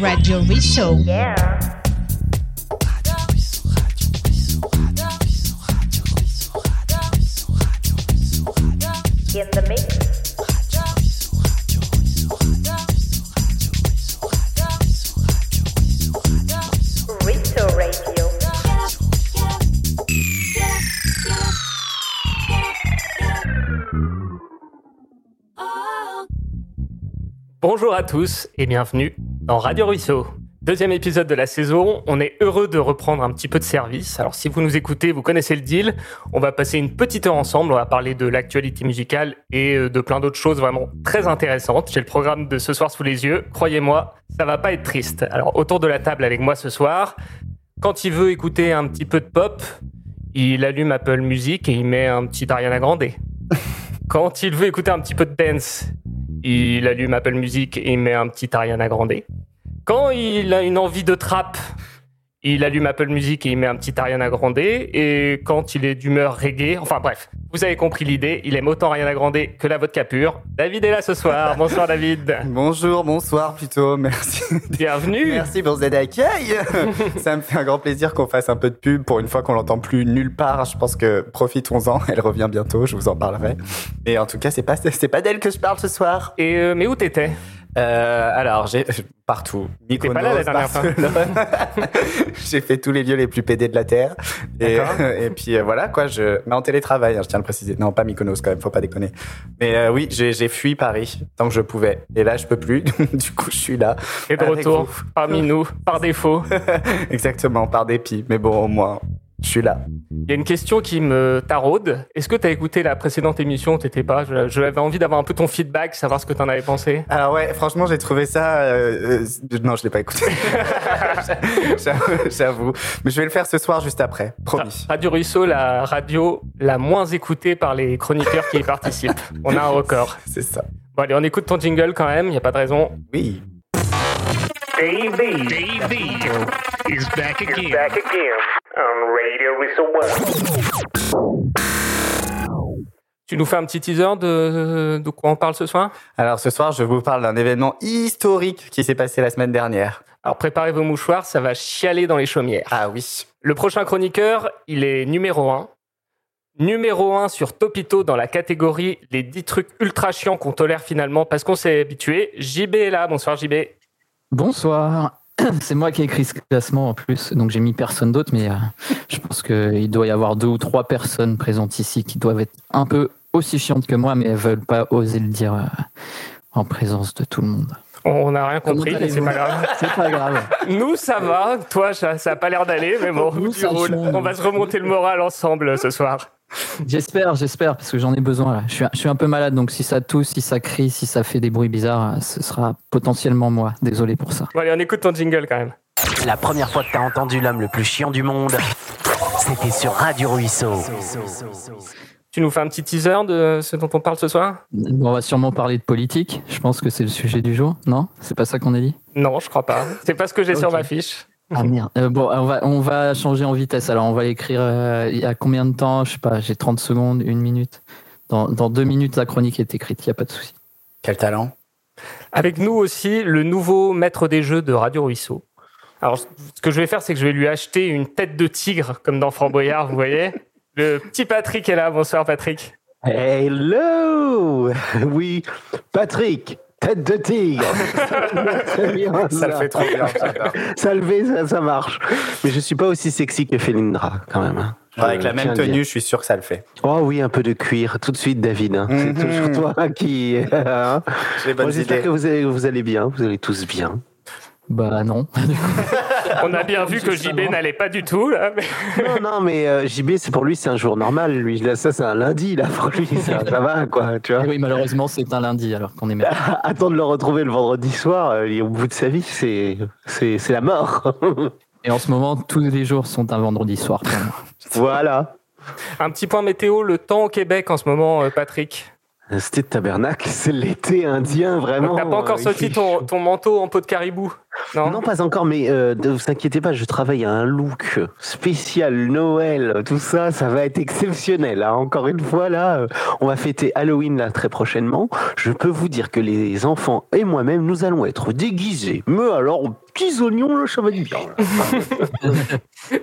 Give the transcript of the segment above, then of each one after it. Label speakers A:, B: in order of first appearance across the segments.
A: Radio Risso.
B: In the mix. Riso Radio.
C: Bonjour à tous et bienvenue dans Radio Ruisseau. Deuxième épisode de la saison, on est heureux de reprendre un petit peu de service. Alors si vous nous écoutez, vous connaissez le deal, on va passer une petite heure ensemble, on va parler de l'actualité musicale et euh, de plein d'autres choses vraiment très intéressantes. J'ai le programme de ce soir sous les yeux, croyez-moi, ça va pas être triste. Alors autour de la table avec moi ce soir, quand il veut écouter un petit peu de pop, il allume Apple Music et il met un petit Ariana Grande. Quand il veut écouter un petit peu de dance, il allume Apple Music et il met un petit Ariana Grande. Quand il a une envie de trap, il allume Apple Music et il met un petit Ariana Grande. Et quand il est d'humeur reggae, enfin bref, vous avez compris l'idée, il aime autant Ariana Grande que la vodka pure. David est là ce soir. Bonsoir David.
D: Bonjour, bonsoir plutôt, merci.
C: Bienvenue.
D: Merci pour cet accueil. Ça me fait un grand plaisir qu'on fasse un peu de pub pour une fois qu'on l'entend plus nulle part. Je pense que profitons-en, elle revient bientôt, je vous en parlerai. Et en tout cas, c'est pas c'est pas d'elle que je parle ce soir.
C: Et euh, mais où t'étais
D: Euh, alors j'ai partout.
C: T'étais pas là la dernière fois.
D: Barcelone. j'ai fait tous les lieux les plus pédés de la terre. Et, et puis euh, voilà quoi, je mais en télétravail, hein, je tiens à le préciser. Non, pas Mykonos quand même, faut pas déconner. Mais euh, oui, j'ai j'ai fui Paris tant que je pouvais. Et là, je peux plus. du coup, je suis là.
C: Et de
D: avec
C: retour
D: vous.
C: parmi nous, par défaut.
D: Exactement, par dépit. Mais bon, au moins, je suis là.
C: Il y a une question qui me taraude. Est-ce que t'as écouté la précédente émission ou t'étais pas Je- J'avais envie d'avoir un peu ton feedback, savoir ce que t'en avais pensé.
D: Alors ouais, franchement, j'ai trouvé ça. euh, euh, non, je l'ai pas écouté. J'avoue- J'avoue. Mais je vais le faire ce soir juste après, promis.
C: Radio Russo, la radio la moins écoutée par les chroniqueurs qui y participent. On a un record.
D: Ah, C'est ça.
C: Bon, allez, on écoute ton jingle quand même, il n'y a pas de raison.
D: Oui.
B: Davey
E: Davey is back
B: is
E: again.
B: back again on Radio Riso One.
C: Tu nous fais un petit teaser de, de quoi on parle ce soir
D: Alors ce soir, je vous parle d'un événement historique qui s'est passé la semaine dernière.
C: Alors préparez vos mouchoirs, ça va chialer dans les chaumières.
D: Ah oui.
C: Le prochain chroniqueur, il est numéro 1. Numéro 1 sur Topito dans la catégorie les 10 trucs ultra chiants qu'on tolère finalement parce qu'on s'est habitué. JB est là, bonsoir JB.
F: Bonsoir. C'est moi qui ai écrit ce classement en plus, donc j'ai mis personne d'autre, mais euh, je pense qu'il doit y avoir deux ou trois personnes présentes ici qui doivent être un peu aussi chiantes que moi, mais elles veulent pas oser le dire euh, en présence de tout le monde.
C: On n'a rien
F: Comment
C: compris, mais c'est
F: allez-vous
C: pas grave.
F: C'est pas grave.
C: Nous, ça va. Toi, ça, ça a pas l'air d'aller, mais bon,
F: Nous,
C: tu
F: ça
C: roules.
F: change.
C: On va se remonter le moral ensemble euh, ce soir.
F: J'espère, j'espère, parce que j'en ai besoin là. Je suis, un- je suis un peu malade, donc si ça toux, si ça crie, si ça fait des bruits bizarres, euh, ce sera potentiellement moi. Désolé pour ça.
C: Bon, allez, on écoute ton jingle quand même.
G: La première fois que t'as entendu l'homme le plus chiant du monde, c'était sur Radio Ruisseau.
C: Tu nous fais un petit teaser de ce dont on parle ce soir
F: Bon, on va sûrement parler de politique. Je pense que c'est le sujet du jour, non C'est pas ça qu'on a dit
C: Non, je crois pas. C'est pas ce que j'ai sur
F: Ok.
C: ma fiche.
F: Ah merde. Euh, bon, on va, on va changer en vitesse. Alors, on va l'écrire euh, il y a combien de temps Je sais pas, j'ai 30 secondes, une minute. Dans, dans deux minutes, la chronique est écrite, il n'y a pas de souci.
D: Quel talent.
C: Avec nous aussi, le nouveau maître des jeux de Radio Ruisseau. Alors, ce que je vais faire, c'est que je vais lui acheter une tête de tigre, comme dans Framboyard, vous voyez. Le petit Patrick est là. Bonsoir, Patrick.
H: Hello Oui, Patrick, tête de tigre Très bien,
D: Ça le fait trop bien. j'adore.
H: Ça le fait, ça, ça marche. Mais je suis pas aussi sexy que Felindra, quand même. hein. Je
D: Avec la
H: tiens
D: même
H: à le dire.
D: tenue, je suis sûr que ça le fait.
H: Oh oui, un peu de cuir, tout de suite, David. hein.
D: Mhm.
H: C'est toujours toi qui... hein.
D: J'ai les
H: Bon,
D: bonnes
H: J'espère
D: idées.
H: que vous allez, vous allez bien, vous allez tous bien.
F: Bah non.
C: On a bien vu que JB n'allait pas du tout. Là, mais-
H: Non, non, mais euh, JB, c'est pour lui, c'est un jour normal. Lui, là, ça, c'est un lundi, là, pour lui, ça, ça va, quoi, tu vois.
F: oui, malheureusement, c'est un lundi alors qu'on est même.
H: Attends de le retrouver le vendredi soir, euh, il est au bout de sa vie, c'est c'est- c'est la mort.
F: Et en ce moment, tous les jours sont un vendredi soir. pour moi.
H: voilà.
C: Un petit point météo, le temps au Québec en ce moment, euh, Patrick.
H: C'était de tabernacle, c'est l'été indien, vraiment.
C: Donc, T'as pas encore
H: Euh,
C: sorti
H: il fait
C: ton,
H: chaud.
C: ton manteau en peau de caribou. Non,
H: Non, pas encore, mais euh, ne vous inquiétez pas, je travaille à un look spécial Noël, tout ça, ça va être exceptionnel. hein. Encore une fois, là, euh, on va fêter Halloween là très prochainement. Je peux vous dire que les enfants et moi-même, nous allons être déguisés. Mais alors, aux petits oignons, là, ça va être bien. là.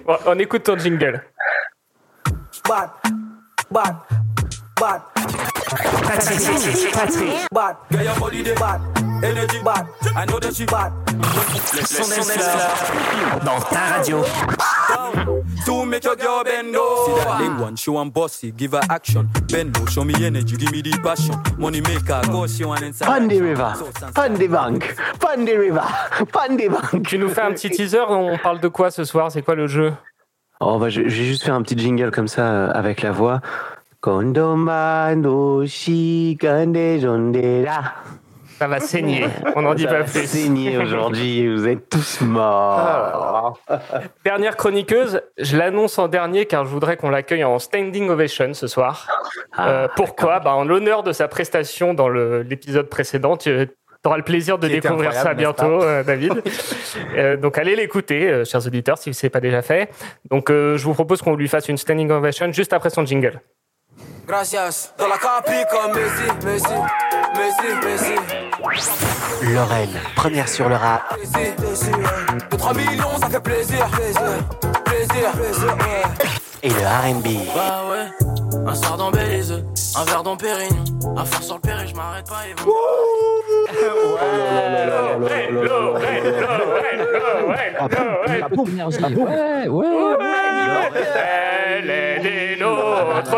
C: Bon, on écoute ton jingle.
G: dans ta radio.
A: To make your girl bend over. See that leg one, she want bossy, give her action. Bend low, show me energy, give me the passion. Money maker, go, she want inside.
H: Panderiva, Pandebank, Panderiva, Pandebank.
C: Tu nous fais un petit teaser, on parle de quoi ce soir C'est quoi le jeu
H: Oh, bah, je, je vais juste faire un petit jingle comme ça euh, avec la voix. Kondomano shikandejondera.
C: Ça va saigner, on n'en dit pas plus.
H: Saigné aujourd'hui, vous êtes tous
C: Ah,
H: morts.
C: Dernière chroniqueuse, je l'annonce en dernier car je voudrais qu'on l'accueille en standing ovation ce soir.
D: Ah,
C: Euh, pourquoi bah, En l'honneur de sa prestation dans le- l'épisode précédent, tu auras le plaisir de
D: Qui était
C: découvrir ça
D: incroyable, n'est-ce
C: bientôt, euh, David. Euh, donc allez l'écouter, euh, chers auditeurs, si ce n'est pas déjà fait. Donc euh, je vous propose qu'on lui fasse une standing ovation juste après son jingle.
A: Gracias. Dans la copie comme Messi, Messi, Messi, Messi,
G: Lorraine, première sur le rap.
A: Messi, Messi. 2-3 millions, ça fait plaisir. Plaisir, plaisir, plaisir. ouais.
G: Et le RB.
A: Bah ouais, un soir dans Belize, un verre dans Pérignon, un fort sur le Péri, je m'arrête pas et vous.
F: La pompe énergie. Ouais, ouais, Ah ouais.
C: Elle est des nôtres.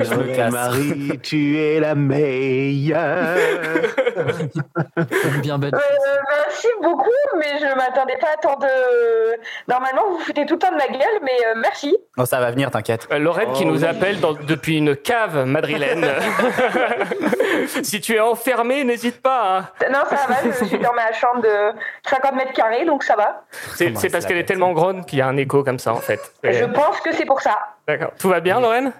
D: Je me casse.
H: Marie, tu es la meilleure.
F: Bien bête.
I: Euh, merci beaucoup, mais je m'attendais pas à tant de. Normalement, vous vous foutez tout le temps de ma gueule, mais euh, merci.
D: Oh, ça va venir, t'inquiète.
C: Euh, Lorraine
D: Oh
C: qui nous appelle dans- depuis une cave madrilène. si tu es enfermé, n'hésite pas. hein.
I: Non, ça va, je, je suis dans ma chambre de 50 mètres carrés, donc ça va.
C: C'est
D: Comment
C: c'est
D: ça
C: parce qu'elle est
D: s'appelle,
C: tellement grande qu'il y a un écho comme ça en fait. Et-
I: Je pense que c'est pour ça.
C: D'accord. Tout va bien, Lorraine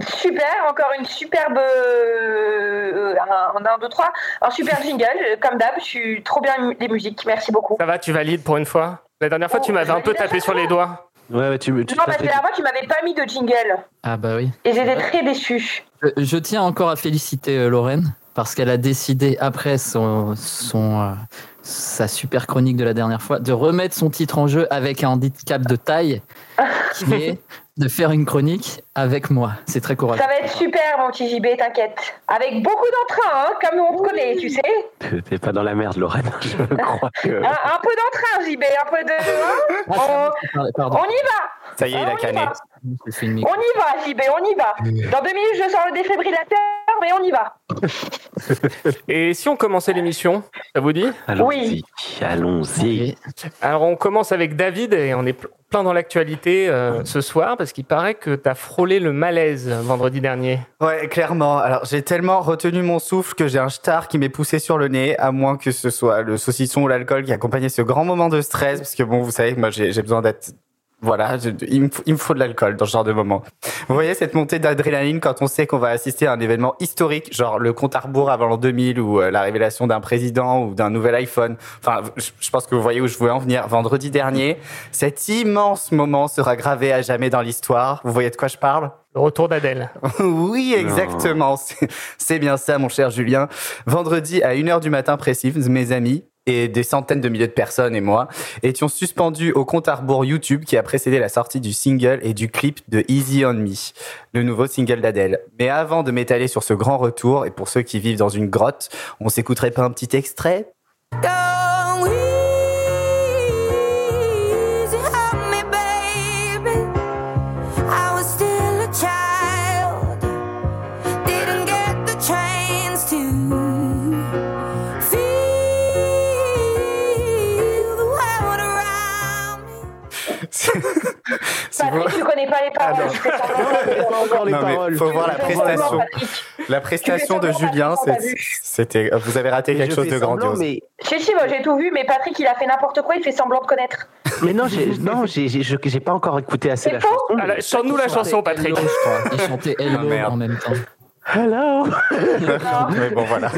I: Super, encore une superbe. euh, un, un, deux, trois. Un super jingle, comme d'hab, je suis trop bien mu- les musiques, merci beaucoup.
C: Ça va, tu valides pour une fois La dernière fois,
I: Oh,
C: tu m'avais un peu
I: validation.
C: tapé sur les doigts.
H: Ouais, ouais, tu me. tu
I: Non, bah, parce
H: t'as-
I: que la fois, tu m'avais pas mis de jingle,
F: Ah bah oui.
I: et j'étais très déçue.
F: Je- Euh, Je tiens encore à féliciter euh, Lorraine parce qu'elle a décidé après son, son, euh, sa super chronique de la dernière fois de remettre son titre en jeu avec un handicap de taille qui est de faire une chronique avec moi. C'est très courageux.
I: Ça va être super, mon petit JB, t'inquiète. Avec beaucoup d'entrain, hein, comme on te connaît, tu sais.
H: t'es- T'es pas dans la merde, Lorraine. Je crois que.
I: Un, un peu d'entrain, JB, un peu de. hein
F: Ah, Pardon,
I: on y va,
D: Ça y est, il a
I: on y
D: cané.
I: va,
F: je fais une micro.
I: on y va, JB, on y va. Dans deux minutes, je sors le défibrillateur, mais on y va.
C: Et si on commençait l'émission, ça vous dit
H: Allons-y. Allons-y.
F: Et-
C: Alors on commence avec David et on est pl- plein dans l'actualité euh, ce soir parce qu'il paraît que t'as frôlé le malaise vendredi dernier.
D: Ouais, clairement. Alors, j'ai tellement retenu mon souffle que j'ai un star qui m'est poussé sur le nez, à moins que ce soit le saucisson ou l'alcool qui accompagnait ce grand moment de stress, parce que bon, vous savez que moi, j'ai j'ai besoin d'être. Voilà, je- il me faut- il me faut de l'alcool dans ce genre de moment. Vous voyez cette montée d'adrénaline quand on sait qu'on va assister à un événement historique, genre le compte à rebours avant l'an 2000 ou euh, la révélation d'un président ou d'un nouvel iPhone. Enfin, je je pense que vous voyez où je voulais en venir. Vendredi dernier, cet immense moment sera gravé à jamais dans l'histoire. Vous voyez de quoi je parle
C: Le retour d'Adèle.
D: oui, exactement. C'est- C'est bien ça, mon cher Julien. Vendredi à 1h du matin précis, mes amis et des centaines de milliers de personnes et moi étions suspendus au compte à rebours YouTube qui a précédé la sortie du single et du clip de Easy on Me, le nouveau single d'Adèle. Mais avant de m'étaler sur ce grand retour, et pour ceux qui vivent dans une grotte, on s'écouterait pas un petit extrait
J: Go easy on me, baby. I was still a child. Didn't get the chance to feel the world around me.
D: Si vous-
I: Patrick, tu connais pas les paroles.
D: Ah non.
I: je fais semblant.
H: Encore les
D: Non, mais
H: paroles.
D: faut voir la
I: Je fais semblant,
D: prestation.
I: Patrick.
D: La prestation de
I: semblant,
D: Julien,
I: on t'a
D: c'est-
I: vu.
D: c'était... Vous avez raté
H: Mais
D: quelque
H: je
D: chose
H: fais
D: de
H: semblant,
D: grandiose.
H: mais-
I: Si, si, moi j'ai tout vu, mais Patrick, il a fait n'importe quoi, il fait semblant de connaître.
H: Mais non, j'ai non, j'ai j'ai- je- j'ai pas encore écouté assez
I: C'est
H: la
I: faux
H: chanson.
C: Alors, Chante-nous la chanson, Patrick.
F: Hello, je crois. Il chantait Hello
D: Ah, merde.
F: en même temps.
H: Hello
D: Mais bon, voilà.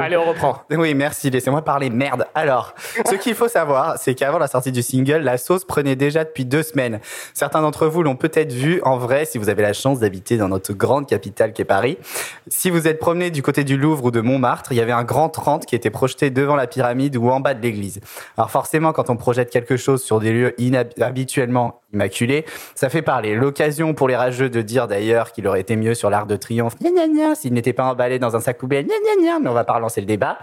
C: Allez, on reprend.
D: Oui, merci, laissez-moi parler. Merde. Alors, ce qu'il faut savoir, c'est qu'avant la sortie du single, la sauce prenait déjà depuis deux semaines. Certains d'entre vous l'ont peut-être vu en vrai si vous avez la chance d'habiter dans notre grande capitale qu'est Paris. Si vous êtes promené du côté du Louvre ou de Montmartre, il y avait un grand 30 qui était projeté devant la pyramide ou en bas de l'église. Alors forcément, quand on projette quelque chose sur des lieux inhab- habituellement immaculés, ça fait parler. L'occasion pour les rageux de dire d'ailleurs qu'il aurait été mieux sur l'Arc de Triomphe, gna gna gna, s'il n'était pas emballé dans un sac poubelle, gna gna gna, mais on va pas relancer le débat.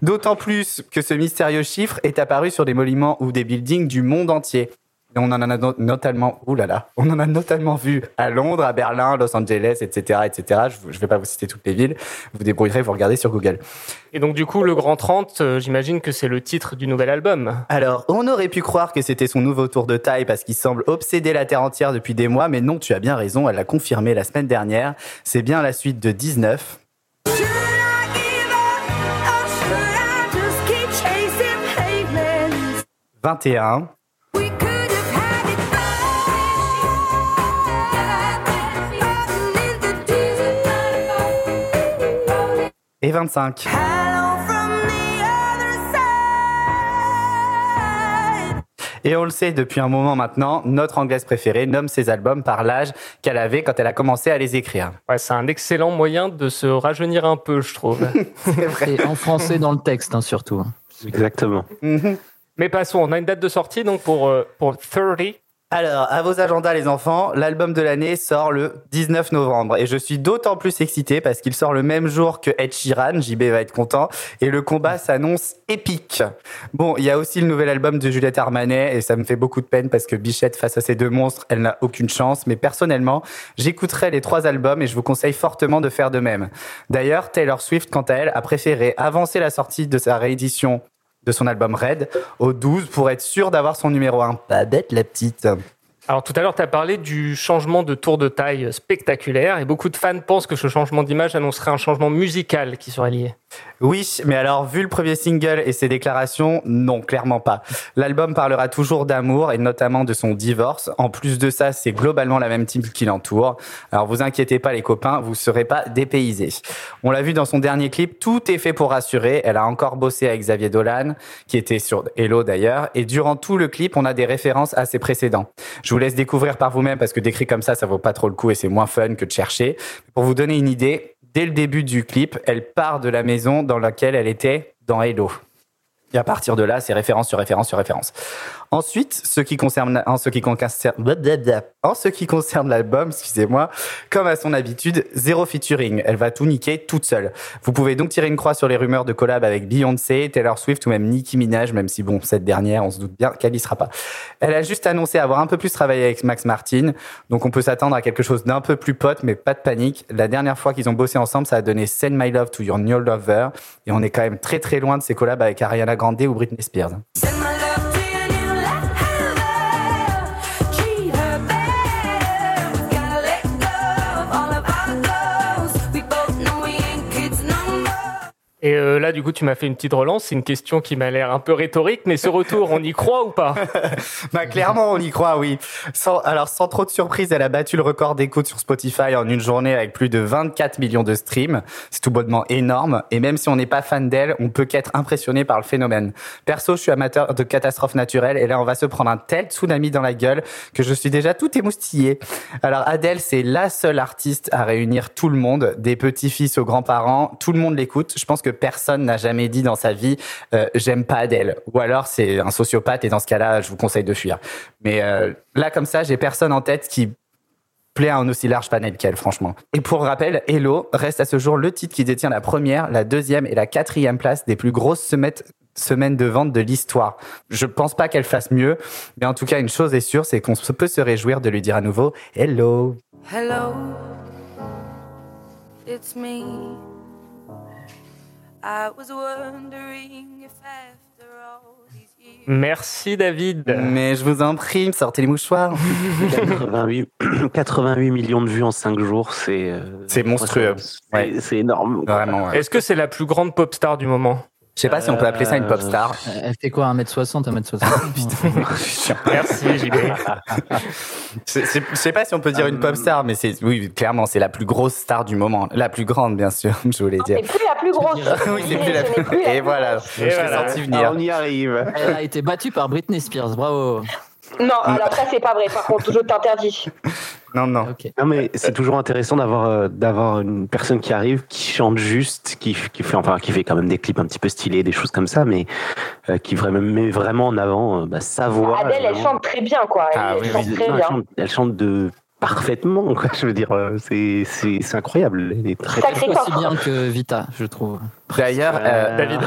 D: D'autant plus que ce mystérieux chiffre est apparu sur des monuments ou des buildings du monde entier. Et On en a no- notamment, ouh là là, on en a notamment vu à Londres, à Berlin, Los Angeles, etc., etc. Je vous- Je ne vais pas vous citer toutes les villes. Vous débrouillerez, vous regardez sur Google.
C: Et donc, du coup, le Grand 30, euh, j'imagine que c'est le titre du nouvel album.
D: Alors, on aurait pu croire que c'était son nouveau tour de taille parce qu'il semble obséder la Terre entière depuis des mois, mais non, tu as bien raison, elle l'a confirmé la semaine dernière. C'est bien la suite de 19.
J: Chasing pavements.
D: 21,
J: We could have had it all. Rolling in the desert, rolling.
D: et 25.
J: Hello from the other side.
D: Et on le sait depuis un moment maintenant, notre anglaise préférée nomme ses albums par l'âge qu'elle avait quand elle a commencé à les écrire.
C: Ouais, c'est un excellent moyen de se rajeunir un peu, je trouve.
F: Et en français dans le texte, hein, surtout. hein.
H: Exactement.
C: Mais passons, on a une date de sortie donc pour, euh, pour 30.
D: Alors, à vos agendas les enfants, l'album de l'année sort le 19 novembre et je suis d'autant plus excité parce qu'il sort le même jour que Ed Sheeran, JB va être content, et le combat s'annonce épique. Bon, il y a aussi le nouvel album de Juliette Armanet et ça me fait beaucoup de peine parce que Bichette face à ces deux monstres, elle n'a aucune chance, mais personnellement, j'écouterai les trois albums et je vous conseille fortement de faire de même. D'ailleurs, Taylor Swift, quant à elle, a préféré avancer la sortie de sa réédition de son album Red au 12 pour être sûr d'avoir son numéro 1. Pas bête la petite.
C: Alors tout à l'heure, tu as parlé du changement de tour de taille spectaculaire et beaucoup de fans pensent que ce changement d'image annoncerait un changement musical qui serait lié.
D: Oui, mais alors vu le premier single et ses déclarations, non, clairement pas. L'album parlera toujours d'amour et notamment de son divorce. En plus de ça, c'est globalement la même team qui l'entoure. Alors vous inquiétez pas les copains, vous serez pas dépaysés. On l'a vu dans son dernier clip, tout est fait pour rassurer. Elle a encore bossé avec Xavier Dolan, qui était sur Hello d'ailleurs. Et durant tout le clip, on a des références à ses précédents. Je vous laisse découvrir par vous-même parce que décrit comme ça, ça vaut pas trop le coup et c'est moins fun que de chercher. Pour vous donner une idée, Dès le début du clip, elle part de la maison dans laquelle elle était dans Hello. Et à partir de là, c'est référence sur référence sur référence. Ensuite, ce qui concerne, en ce qui concerne, blablabla. en ce qui concerne l'album, excusez-moi, comme à son habitude, zéro featuring. Elle va tout niquer toute seule. Vous pouvez donc tirer une croix sur les rumeurs de collab avec Beyoncé, Taylor Swift ou même Nicki Minaj, même si bon, cette dernière, on se doute bien qu'elle y sera pas. Elle a juste annoncé avoir un peu plus travaillé avec Max Martin, donc on peut s'attendre à quelque chose d'un peu plus pote, mais pas de panique. La dernière fois qu'ils ont bossé ensemble, ça a donné Send My Love to Your New Lover, et on est quand même très très loin de ses collabs avec Ariana Grande ou Britney Spears.
J: Send my love to your new lover. Treat her better. We gotta let go of all of our goals. We both know we ain't kids no more.
C: Et euh, là, du coup, tu m'as fait une petite relance. C'est une question qui m'a l'air un peu rhétorique, mais ce retour, on y croit ou pas
D: Bah clairement, on y croit, oui. Sans- alors sans trop de surprise, elle a battu le record d'écoute sur Spotify en une journée avec plus de 24 millions de streams. C'est tout bonnement énorme. Et même si on n'est pas fan d'elle, on peut qu'être impressionné par le phénomène. Perso, je suis amateur de catastrophes naturelles et là, on va se prendre un tel tsunami dans la gueule que je suis déjà tout émoustillé. Alors Adèle, c'est la seule artiste à réunir tout le monde, des petits-fils aux grands-parents, tout le monde l'écoute. Je pense que personne n'a jamais dit dans sa vie euh, j'aime pas Adèle. Ou alors c'est un sociopathe et dans ce cas-là, je vous conseille de fuir. Mais euh, là, comme ça, j'ai personne en tête qui plaît à un aussi large panel qu'elle, franchement. Et pour rappel, Hello reste à ce jour le titre qui détient la première, la deuxième et la quatrième place des plus grosses semaines semaines de vente de l'histoire. Je pense pas qu'elle fasse mieux, mais en tout cas, une chose est sûre, c'est qu'on se- peut se réjouir de lui dire à nouveau Hello.
J: Hello, it's me. I was wondering if after all these years.
C: Merci, David.
D: Mais je vous en prie, sortez les mouchoirs.
H: 88, 88 millions de vues en 5 jours, c'est. euh,
D: C'est monstrueux.
H: C'est
D: Ouais.
H: c'est énorme.
D: Vraiment, ouais.
C: Est-ce que c'est la plus grande pop star du moment
D: Je sais pas si on peut appeler ça une pop star.
F: Elle fait quoi, 1m60,
I: Oh,
F: 1m60
C: Merci, JB.
D: Je je- je sais pas si on peut dire une pop star, mais c'est oui, clairement, c'est la plus grosse star du moment, la plus grande, bien sûr, je voulais dire.
I: C'est plus la plus grosse.
D: Oui, c'est plus la
I: Je n'ai
D: plus. Et voilà, je l'ai
C: voilà.
D: senti
H: Ah,
D: venir.
H: on y arrive.
F: Elle a été battue par Britney Spears, bravo.
I: Non, alors ça, c'est pas vrai. Par contre, je t'interdis.
D: Non, non.
F: Ok.
H: Non mais c'est toujours intéressant d'avoir euh, d'avoir une personne qui arrive, qui chante juste, qui, qui fait enfin qui fait quand même des clips un petit peu stylés, des choses comme ça, mais euh, qui vraiment met vraiment en avant euh, bah, sa voix.
I: Adèle, elle
H: vraiment.
I: chante très bien, quoi. Elle,
D: Ah
I: elle
D: oui,
I: chante
H: Non,
I: très
H: elle,
I: bien.
H: chante, elle chante de parfaitement quoi. Je veux dire, euh, c'est c'est c'est incroyable. Elle est très
I: Sacré
F: Aussi
I: corps.
F: bien que Vita, je trouve.
D: D'ailleurs, euh,
C: David.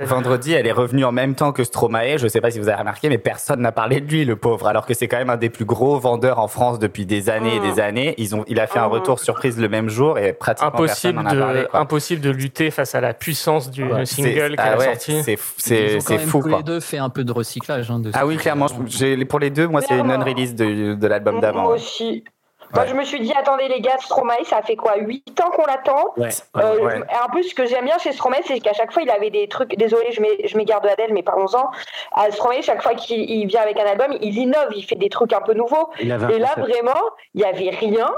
D: vendredi, elle est revenue en même temps que Stromae. Je sais pas si vous avez remarqué, mais personne n'a parlé de lui, le pauvre. Alors que c'est quand même un des plus gros vendeurs en France depuis des années et des
F: Ah.
D: années. Ils ont, il a fait un retour surprise le même jour et pratiquement
C: Impossible
D: personne n'en a parlé.
C: de,
D: quoi.
C: impossible de lutter face à la puissance du
D: Ouais, c'est-
C: single qu'elle
D: ah
C: a
D: ouais,
C: sorti.
D: c'est-
F: Ils
D: C'est
F: ont quand
D: c'est
F: même
D: fou,
F: tous
D: quoi.
F: les deux fait un peu de recyclage. hein, de
D: Ah
F: ce-
D: oui, clairement. je- j'ai- pour les deux, moi, c'est une
I: Clairement.
D: non-release de, de l'album
I: Moi
D: d'avant. ouais.
I: aussi. Moi,
D: Ouais.
I: je me suis dit, attendez les gars, Stromae, ça fait quoi 8 ans qu'on l'attend
H: Ouais.
I: Euh,
D: Ouais.
I: je- Un peu ce que j'aime bien chez Stromae, c'est qu'à chaque fois, il avait des trucs. Désolé, je mets- je m'égare de Adèle, mais parlons-en. À Stromae, chaque fois qu'il il vient avec un album, il innove, il fait des trucs un peu nouveaux.
H: Il
D: Ah,
H: avait un
I: Et là,
H: concept.
I: vraiment, il n'y avait rien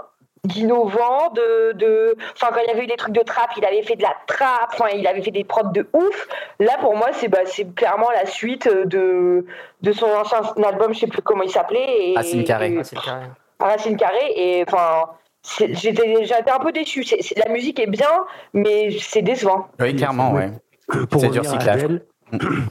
I: d'innovant, de, de... Enfin, quand il y avait eu des trucs de trap, il avait fait de la trap, enfin, il avait fait des prods de ouf. Là, pour moi, c'est bah, c'est clairement la suite euh, de, de son ancien album, je sais plus comment il s'appelait. et-
D: Racine Carrée.
I: et-
C: Ah, c'est carré.
I: à Racine Carrée, et enfin... c'est- J'étais j'étais un peu déçue. C'est- c'est- la musique est bien, mais c'est décevant.
D: Oui, clairement, ouais.
H: pour
D: C'est du
H: revenir, à
D: recyclage.
H: Adèle,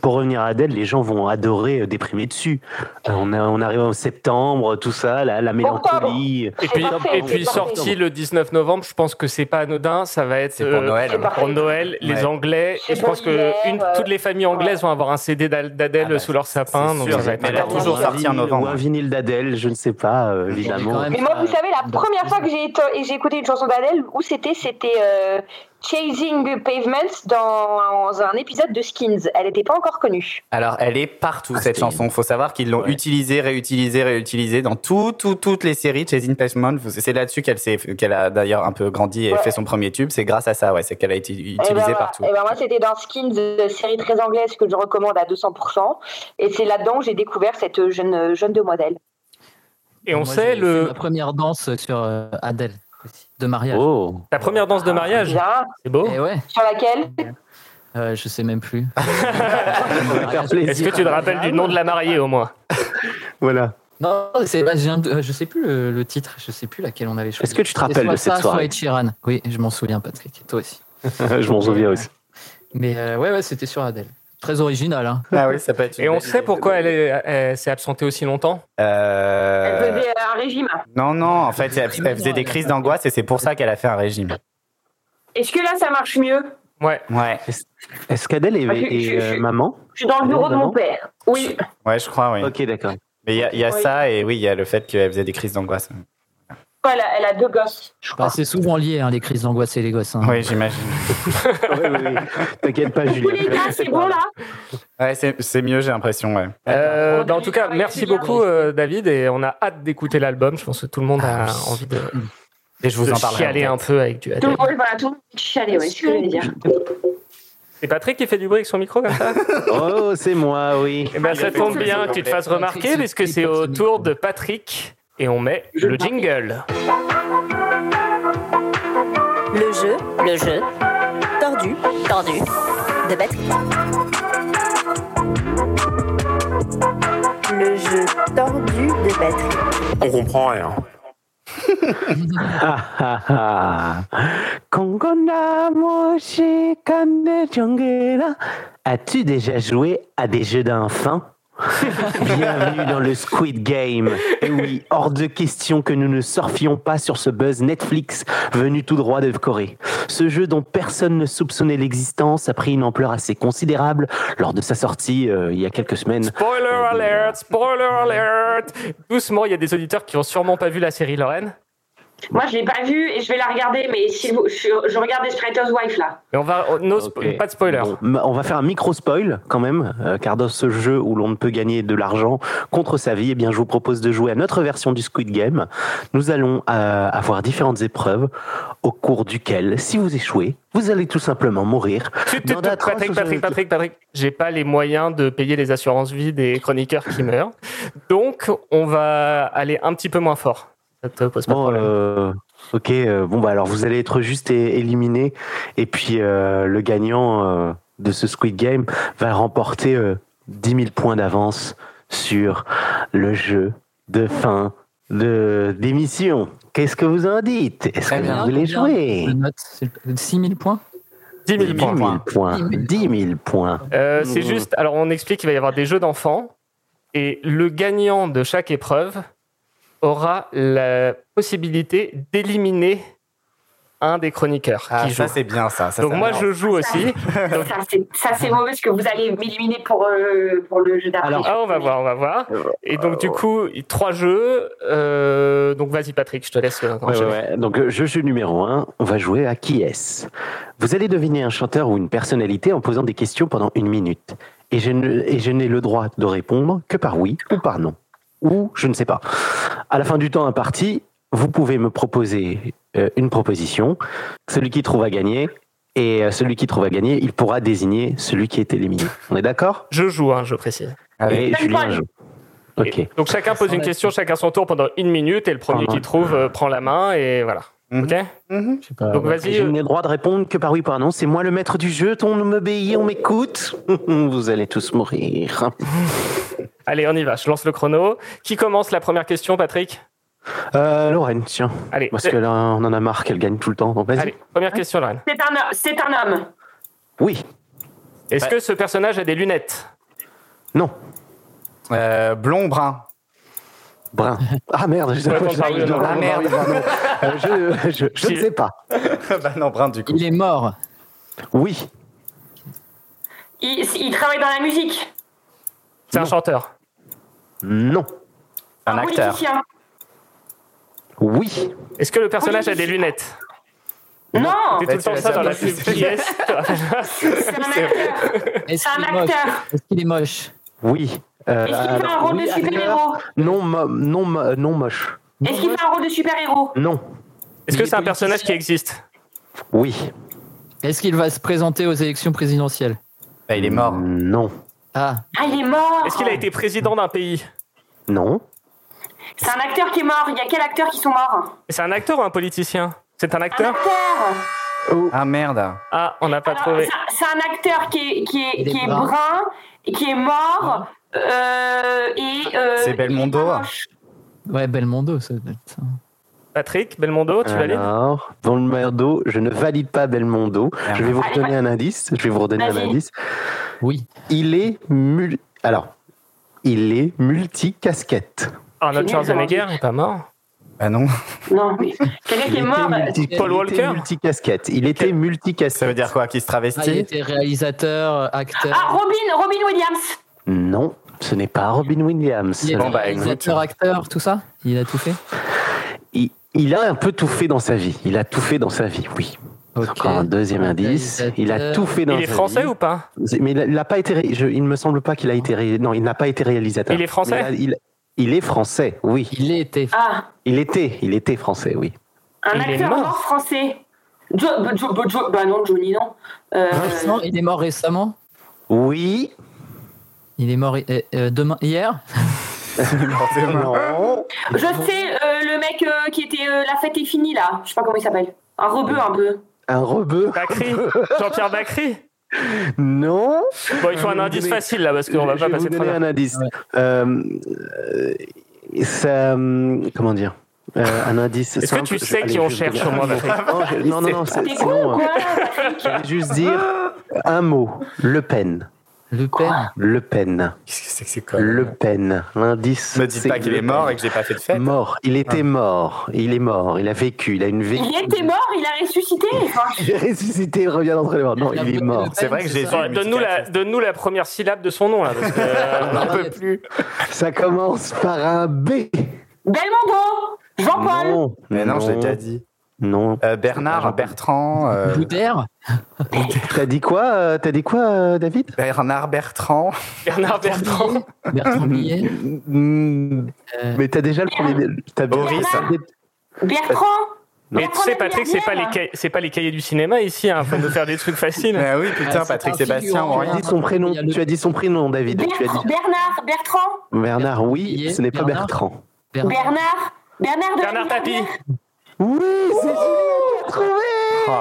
H: pour revenir à Adèle, les gens vont adorer euh, déprimer dessus. Euh, on, a- on arrive en septembre, tout ça, la, la mélancolie.
C: Et puis,
I: parfait,
C: et puis
I: c'est parfait.
C: sorti le 19 novembre, je pense que c'est pas anodin, ça va être
D: C'est pour
C: euh,
D: Noël.
I: c'est
D: hein.
I: parfait.
C: pour Noël, les
D: Ouais.
C: Anglais,
I: C'est
C: et je pense
I: pour
C: que
I: l'hiver,
C: une-
I: euh,
C: toutes les familles anglaises vont avoir un CD d'Al- d'Adèle
D: Ah bah,
C: sous leur sapin,
D: c'est
C: donc
D: sûr,
C: ça va être
D: mais elle a
C: incroyable.
D: toujours
H: Ou un
D: sorti en
H: vinyle- Ou
D: novembre.
H: un vinyle d'Adèle, je ne sais pas, euh, évidemment.
I: Mais moi, vous savez, la première fois que j'ai été- j'ai écouté une chanson d'Adèle, où c'était C'était euh, Chasing Pavements dans un épisode de Skins. Elle n'était pas encore connue.
D: Alors, elle est partout,
C: Ah,
D: cette
H: c'est-
D: chanson. Faut savoir qu'ils l'ont
H: Ouais.
D: utilisée, réutilisée, réutilisée dans tout, tout, toutes les séries de chez Depeche Mode. C'est là-dessus qu'elle s'est, qu'elle a d'ailleurs un peu grandi et
I: Ouais.
D: fait son premier tube. C'est grâce à ça, ouais. C'est qu'elle a été utilisée
I: Eh ben, voilà.
D: partout.
I: Eh ben, moi, c'était dans Skins, euh, série très anglaise que je recommande à 200%. Et c'est là-dedans que j'ai découvert cette euh, jeune, jeune demoiselle.
C: Et on
F: Moi,
C: sait
F: j'ai fait
C: le,
F: Ma première danse sur euh, Adèle, aussi, de mariage.
H: Oh,
C: la première danse de mariage,
I: Bien,
C: c'est beau.
F: Et ouais,
I: Hein, sur laquelle
F: euh, je sais même plus.
H: faire
C: Est-ce
H: plaisir.
C: que tu te rappelles du nom de la mariée au moins
H: Voilà.
F: Non, c'est bah, j'ai un- euh, je sais plus le, le titre, je sais plus laquelle on avait choisi.
H: Est-ce que tu te
F: C'est
H: rappelles
F: soit
H: de cette
F: ça, Soit
H: soirée
F: Ed Sheeran. Oui, je m'en souviens, Patrick, toi aussi.
H: Je m'en souviens aussi.
F: Mais euh, ouais, ouais, c'était sur Adèle. Très original, hein.
I: ben.
D: Ah oui, ça peut être une
C: Et on
D: belle
C: sait
D: idée.
C: pourquoi elle est- elle s'est absentée aussi longtemps
D: Euh,
I: Elle faisait un régime.
D: Non, non, en fait, elle, elle faisait des crises d'angoisse et c'est pour ça qu'elle a fait un régime.
I: Est-ce que là, ça marche mieux
C: Ouais.
D: Ouais,
H: Est-ce qu'Adèle est,
I: Ah, je-
H: est,
I: je-
H: euh,
I: je-
H: maman
I: Je suis dans le
H: Elle est
I: bureau de
H: maman
I: mon père. Oui.
D: ouais, je crois, oui.
H: Ok, d'accord.
D: Mais il y a, il y a
I: Oui.
D: ça et oui, il y a le fait qu'elle faisait des crises d'angoisse.
I: Voilà, elle a deux gosses. Je
F: Bah,
I: crois.
F: c'est souvent lié, hein, les crises d'angoisse et les gosses. hein.
D: Oui, j'imagine.
H: Ouais, ouais, ouais. T'inquiète pas,
I: Coucou les
H: Julien.
I: gars, c'est bon là
D: Ouais, c'est c'est mieux, j'ai l'impression, ouais.
C: Euh,
I: D'accord.
C: bah, en tout cas, merci beaucoup euh, David, et on a hâte d'écouter l'album. Je pense que tout le monde a envie de,
D: Ah, Et je vous
C: de
D: en parlerai.
C: chialer un peu avec du
I: Tout
C: Adèle.
I: le monde, voilà, tout le monde est chialé, ouais, c'est ce que je voulais dire.
C: C'est Patrick qui fait du bruit avec son micro comme ça
H: Oh, c'est moi, oui.
C: Eh ben, ça tombe bien que tu te fasses remarquer, puisque c'est au tour de Patrick. Et on met le jingle.
K: Le jeu, le jeu, tordu, tordu, de bête. Le jeu tordu de bête.
E: On comprend rien.
H: Ah, ah, ah. Kongona moshi kane jongera. As-tu déjà joué à des jeux d'enfants Bienvenue dans le Squid Game. Et oui, hors de question que nous ne surfions pas sur ce buzz Netflix venu tout droit de Corée. Ce jeu dont personne ne soupçonnait l'existence a pris une ampleur assez considérable lors de sa sortie euh, il y a quelques semaines.
C: Spoiler alert, spoiler alert Doucement, il y a des auditeurs qui ont sûrement pas vu la série Lorraine.
I: Moi, je l'ai pas vue et je vais la regarder, mais si vous- je, je regarde Desperate Wife là.
C: Et on va, on- no spo- pas de spoiler.
H: Bon, on va faire un micro spoil quand même, euh, car dans ce jeu où l'on ne peut gagner de l'argent contre sa vie, eh bien, je vous propose de jouer à notre version du Squid Game. Nous allons euh, avoir différentes épreuves au cours duquel, si vous échouez, vous allez tout simplement mourir.
C: Tut, tut, tut, Patrick, Patrick, Patrick, Patrick, j'ai pas les moyens de payer les assurances vie des chroniqueurs qui meurent. Donc, on va aller un petit peu moins fort. Ça te pose pas de
H: Bon,
C: problème.
H: euh, ok, euh, bon, bah alors vous allez être juste é- éliminé, et puis euh, le gagnant euh, de ce Squid Game va remporter euh, 10 000 points d'avance sur le jeu de fin de d'émission. Qu'est-ce que vous en dites Est-ce que vous voulez jouer
F: Je note, c'est 6000 points
C: 10
H: 000 points. 10 000 points.
C: Euh, c'est
H: Mmh.
C: juste, alors on explique qu'il va y avoir des jeux d'enfants et le gagnant de chaque épreuve aura la possibilité d'éliminer un des chroniqueurs.
D: Ah,
C: qui
D: ça
C: joue.
D: c'est bien ça. ça
C: Donc
D: ça
C: moi
D: m'énerve.
C: je joue aussi.
I: Ça, c'est- ça, c'est mauvais parce que vous allez m'éliminer pour, euh, pour le jeu d'après.
C: Alors, Ah, on va voir, on va voir. Et donc
D: Euh,
C: du coup, il- trois jeux. Euh, donc vas-y Patrick, je te laisse. euh,
H: Ouais,
C: enchaîner.
H: ouais, ouais. Donc, euh, jeu, jeu numéro 1, on va jouer à qui est-ce Vous allez deviner un chanteur ou une personnalité en posant des questions pendant une minute. Et je ne- et je n'ai le droit de répondre que par oui ou par non. Ou je ne sais pas. À la fin du temps imparti, vous pouvez me proposer euh, une proposition. Celui qui trouve à gagner, et euh, celui qui trouve à gagner, il pourra désigner celui qui est éliminé. On est d'accord
C: Je joue, hein, je précise.
H: Et
C: Allez.
H: Julien joue. Ok.
C: Donc chacun pose une question, chacun son tour pendant une minute et le premier qui trouve euh, prend la main et voilà. Ok
H: Ah
D: Mhm.
C: Donc vas-y.
H: Je n'ai le droit de répondre que par oui ou par non. C'est moi le maître du jeu. On m'obéit, on m'écoute. Vous allez tous mourir.
C: euh, Allez, on y va. Je lance le chrono. Qui commence la première question, Patrick
H: Euh, Lorraine, tiens.
C: Allez. euh,
H: Parce que là, on en a marre qu'elle gagne tout le temps. Bon, vas-y.
C: Allez, première question, Lorraine.
I: C'est un, ho- c'est un homme.
H: Oui.
C: Est-ce que ce personnage a des lunettes
H: Non.
D: Euh, blond, brun.
H: Brun. Ah merde, je,
D: Ouais, on parle de non.
H: Ah, merde. Euh, je, je- je ne sais pas.
D: bah non, brun du coup.
F: Il est mort.
H: Oui.
I: Il, il travaille dans la musique.
C: C'est un chanteur.
H: Non.
D: Un acteur.
I: Politicien.
H: Oui.
C: Est-ce que le personnage a des lunettes
I: Non.
C: C'est Ah tout le temps ça dans la pub. Qui est-ce
I: C'est un acteur.
F: Est-ce
I: C'est un
F: qu'il est moche
I: acteur.
F: Est-ce qu'il est moche
H: Oui. Euh,
I: Est-ce qu'il fait un
H: alors,
I: rôle de
H: oui,
I: super-héros
H: acteur. Non, mo- non, mo- non moche.
I: Est-ce qu'il fait un rôle de super-héros
H: Non.
C: Est-ce que c'est un personnage qui existe
H: Oui.
F: Est-ce qu'il va se présenter aux élections présidentielles
D: Bah, il est mort.
H: Non.
F: Ah,
I: Ah, il est mort.
C: Est-ce qu'il a été président d'un pays
H: Non.
I: C'est un acteur qui est mort. Il y a quel acteur qui sont morts
C: C'est un acteur ou un politicien C'est un
I: Un
C: acteur
I: acteur.
D: Ah merde.
C: Ah, on n'a pas
I: Alors,
C: trouvé.
I: c'est- C'est un acteur qui est, qui est,
F: Il est
I: qui est
F: brun.
I: brun, et qui est mort. euh, et, euh,
D: C'est Belmondo.
F: ouais, Belmondo, ça doit être ça.
C: Patrick, Belmondo,
H: Ah,
C: tu valides
H: Alors, Belmondo, je ne valide pas Belmondo. Je vais vous
I: Allez,
H: redonner un indice. Je vais vous redonner un
I: Ah Vas-y.
H: indice.
F: Oui.
H: Il est mul... Alors, il est multicasquette.
C: Arnold
I: Génial,
C: Ah, Schwarzenegger est pas mort.
D: Bah non.
I: Non, mais quelqu'un qui est mort.
C: Paul Walker
H: Multicasquette. Il était multicasquette.
D: Ça veut dire quoi Qu'il se
F: Ah, il
D: travestit
F: était réalisateur,
I: Ah,
F: acteur.
I: Robin, Robin Williams.
H: Non, ce n'est pas Robin Williams.
F: Il était
D: Bon, bah,
F: réalisateur, acteur, tout ça Il a tout fait
H: Il, il a un peu tout fait dans sa vie. Il a tout fait dans sa vie, oui.
F: Ok.
H: Encore un deuxième indice. Il a tout fait dans sa
C: Il
H: vie.
C: est français ou pas
H: Mais il a- il n'a pas été. ré- je- il ne me semble pas qu'il a été. ré- Non, il n'a pas été réalisateur.
C: Il est français
H: Mais il, a- il- il est français, oui.
F: Il était.
I: Ah,
H: Il était, il était français, oui.
I: un
C: Il est
I: acteur
C: mort.
I: mort. français. Jo- bah, Jo- bah, Jo- bah non, Johnny, non. Euh,
F: Ah, Non, il est mort récemment
H: Oui.
F: Il est mort euh, euh, demain, hier
H: Ah, Non.
I: je sais, euh, le mec euh, qui était euh, La fête est finie, là. Je sais pas comment il s'appelle. Un rebeu, un peu.
H: Un rebeu.
C: Bacri Jean-Pierre Bacri
H: Non.
C: Bon, il faut un indice facile là parce qu'on va
H: je
C: pas
H: vais
C: passer
H: vous
C: de
H: donner
C: travers.
H: un indice. Euh, euh, ça, hum, comment dire Euh, Un indice.
C: Est-ce que
H: simple.
C: tu
H: Je-
C: sais
H: allez,
C: qui on
H: je vous
C: cherche
H: donne-
C: au moins, Patrick
H: Non, je- Non, non, non. c'est-
I: T'es con ou
H: Sinon, euh,
I: quoi Patrick
H: je vais juste dire un mot. Le Pen.
F: Le père
H: Le Pen.
D: Qu'est-ce que c'est que c'est quoi
H: Le Pen. L'indice.
D: Me dites
H: c'est
D: pas qu'il
H: Le
D: est mort
H: Pen.
D: et que j'ai pas fait de fête.
H: Mort. Il était
D: Ah.
H: mort. Il est mort. Il a vécu. Il a une vie.
I: Il était mort, il a ressuscité. Enfin,
H: Il est ressuscité. Il revient d'entre les morts. Non,
F: Il a
H: il est
F: voté
H: mort.
F: Le Pen,
D: C'est vrai que
F: c'est
D: Jésus.
F: ça.
C: Ouais, Donne-nous la, donne la première syllabe de son nom là parce que, euh, on n'en peut plus.
H: Ça commence par un B.
I: Belmondo Jean Jean-Paul
H: Non,
D: Mais non,
H: non.
D: j'ai déjà dit.
H: Non.
D: Euh, Bernard, Bertrand. euh,
F: Boudère
H: T'as dit quoi, euh, t'as dit quoi, euh, David
D: Bernard, Bertrand.
C: Bernard Bertrand.
F: Bertrand Millet
H: Mm,
F: Euh,
H: Mais t'as déjà le premier. T'as
D: Boris.
I: Bertrand
C: Mais tu
I: Bertrand
C: sais, Patrick, c'est pas, les
I: Lamière.
C: cahiers- c'est pas les cahiers du cinéma ici, hein, afin de faire des trucs faciles.
D: Ah oui, putain,
F: Ah, c'est
D: Patrick
F: un
D: Sébastien,
F: figurant,
D: on
H: Tu
D: rien.
H: as dit son prénom.
F: Il y a le-
H: Tu as dit son prénom, David. Tu as
I: Bertrand-
H: dit
I: Bernard, Bertrand,
H: Bernard.
F: Qui
H: Oui,
F: est
H: ce n'est pas
F: Bernard
H: Bertrand.
F: Bernard
I: Bernard, Bernard de
C: Bernard Tapie.
H: Oui, c'est Juliette qui a trouvé.
D: Oh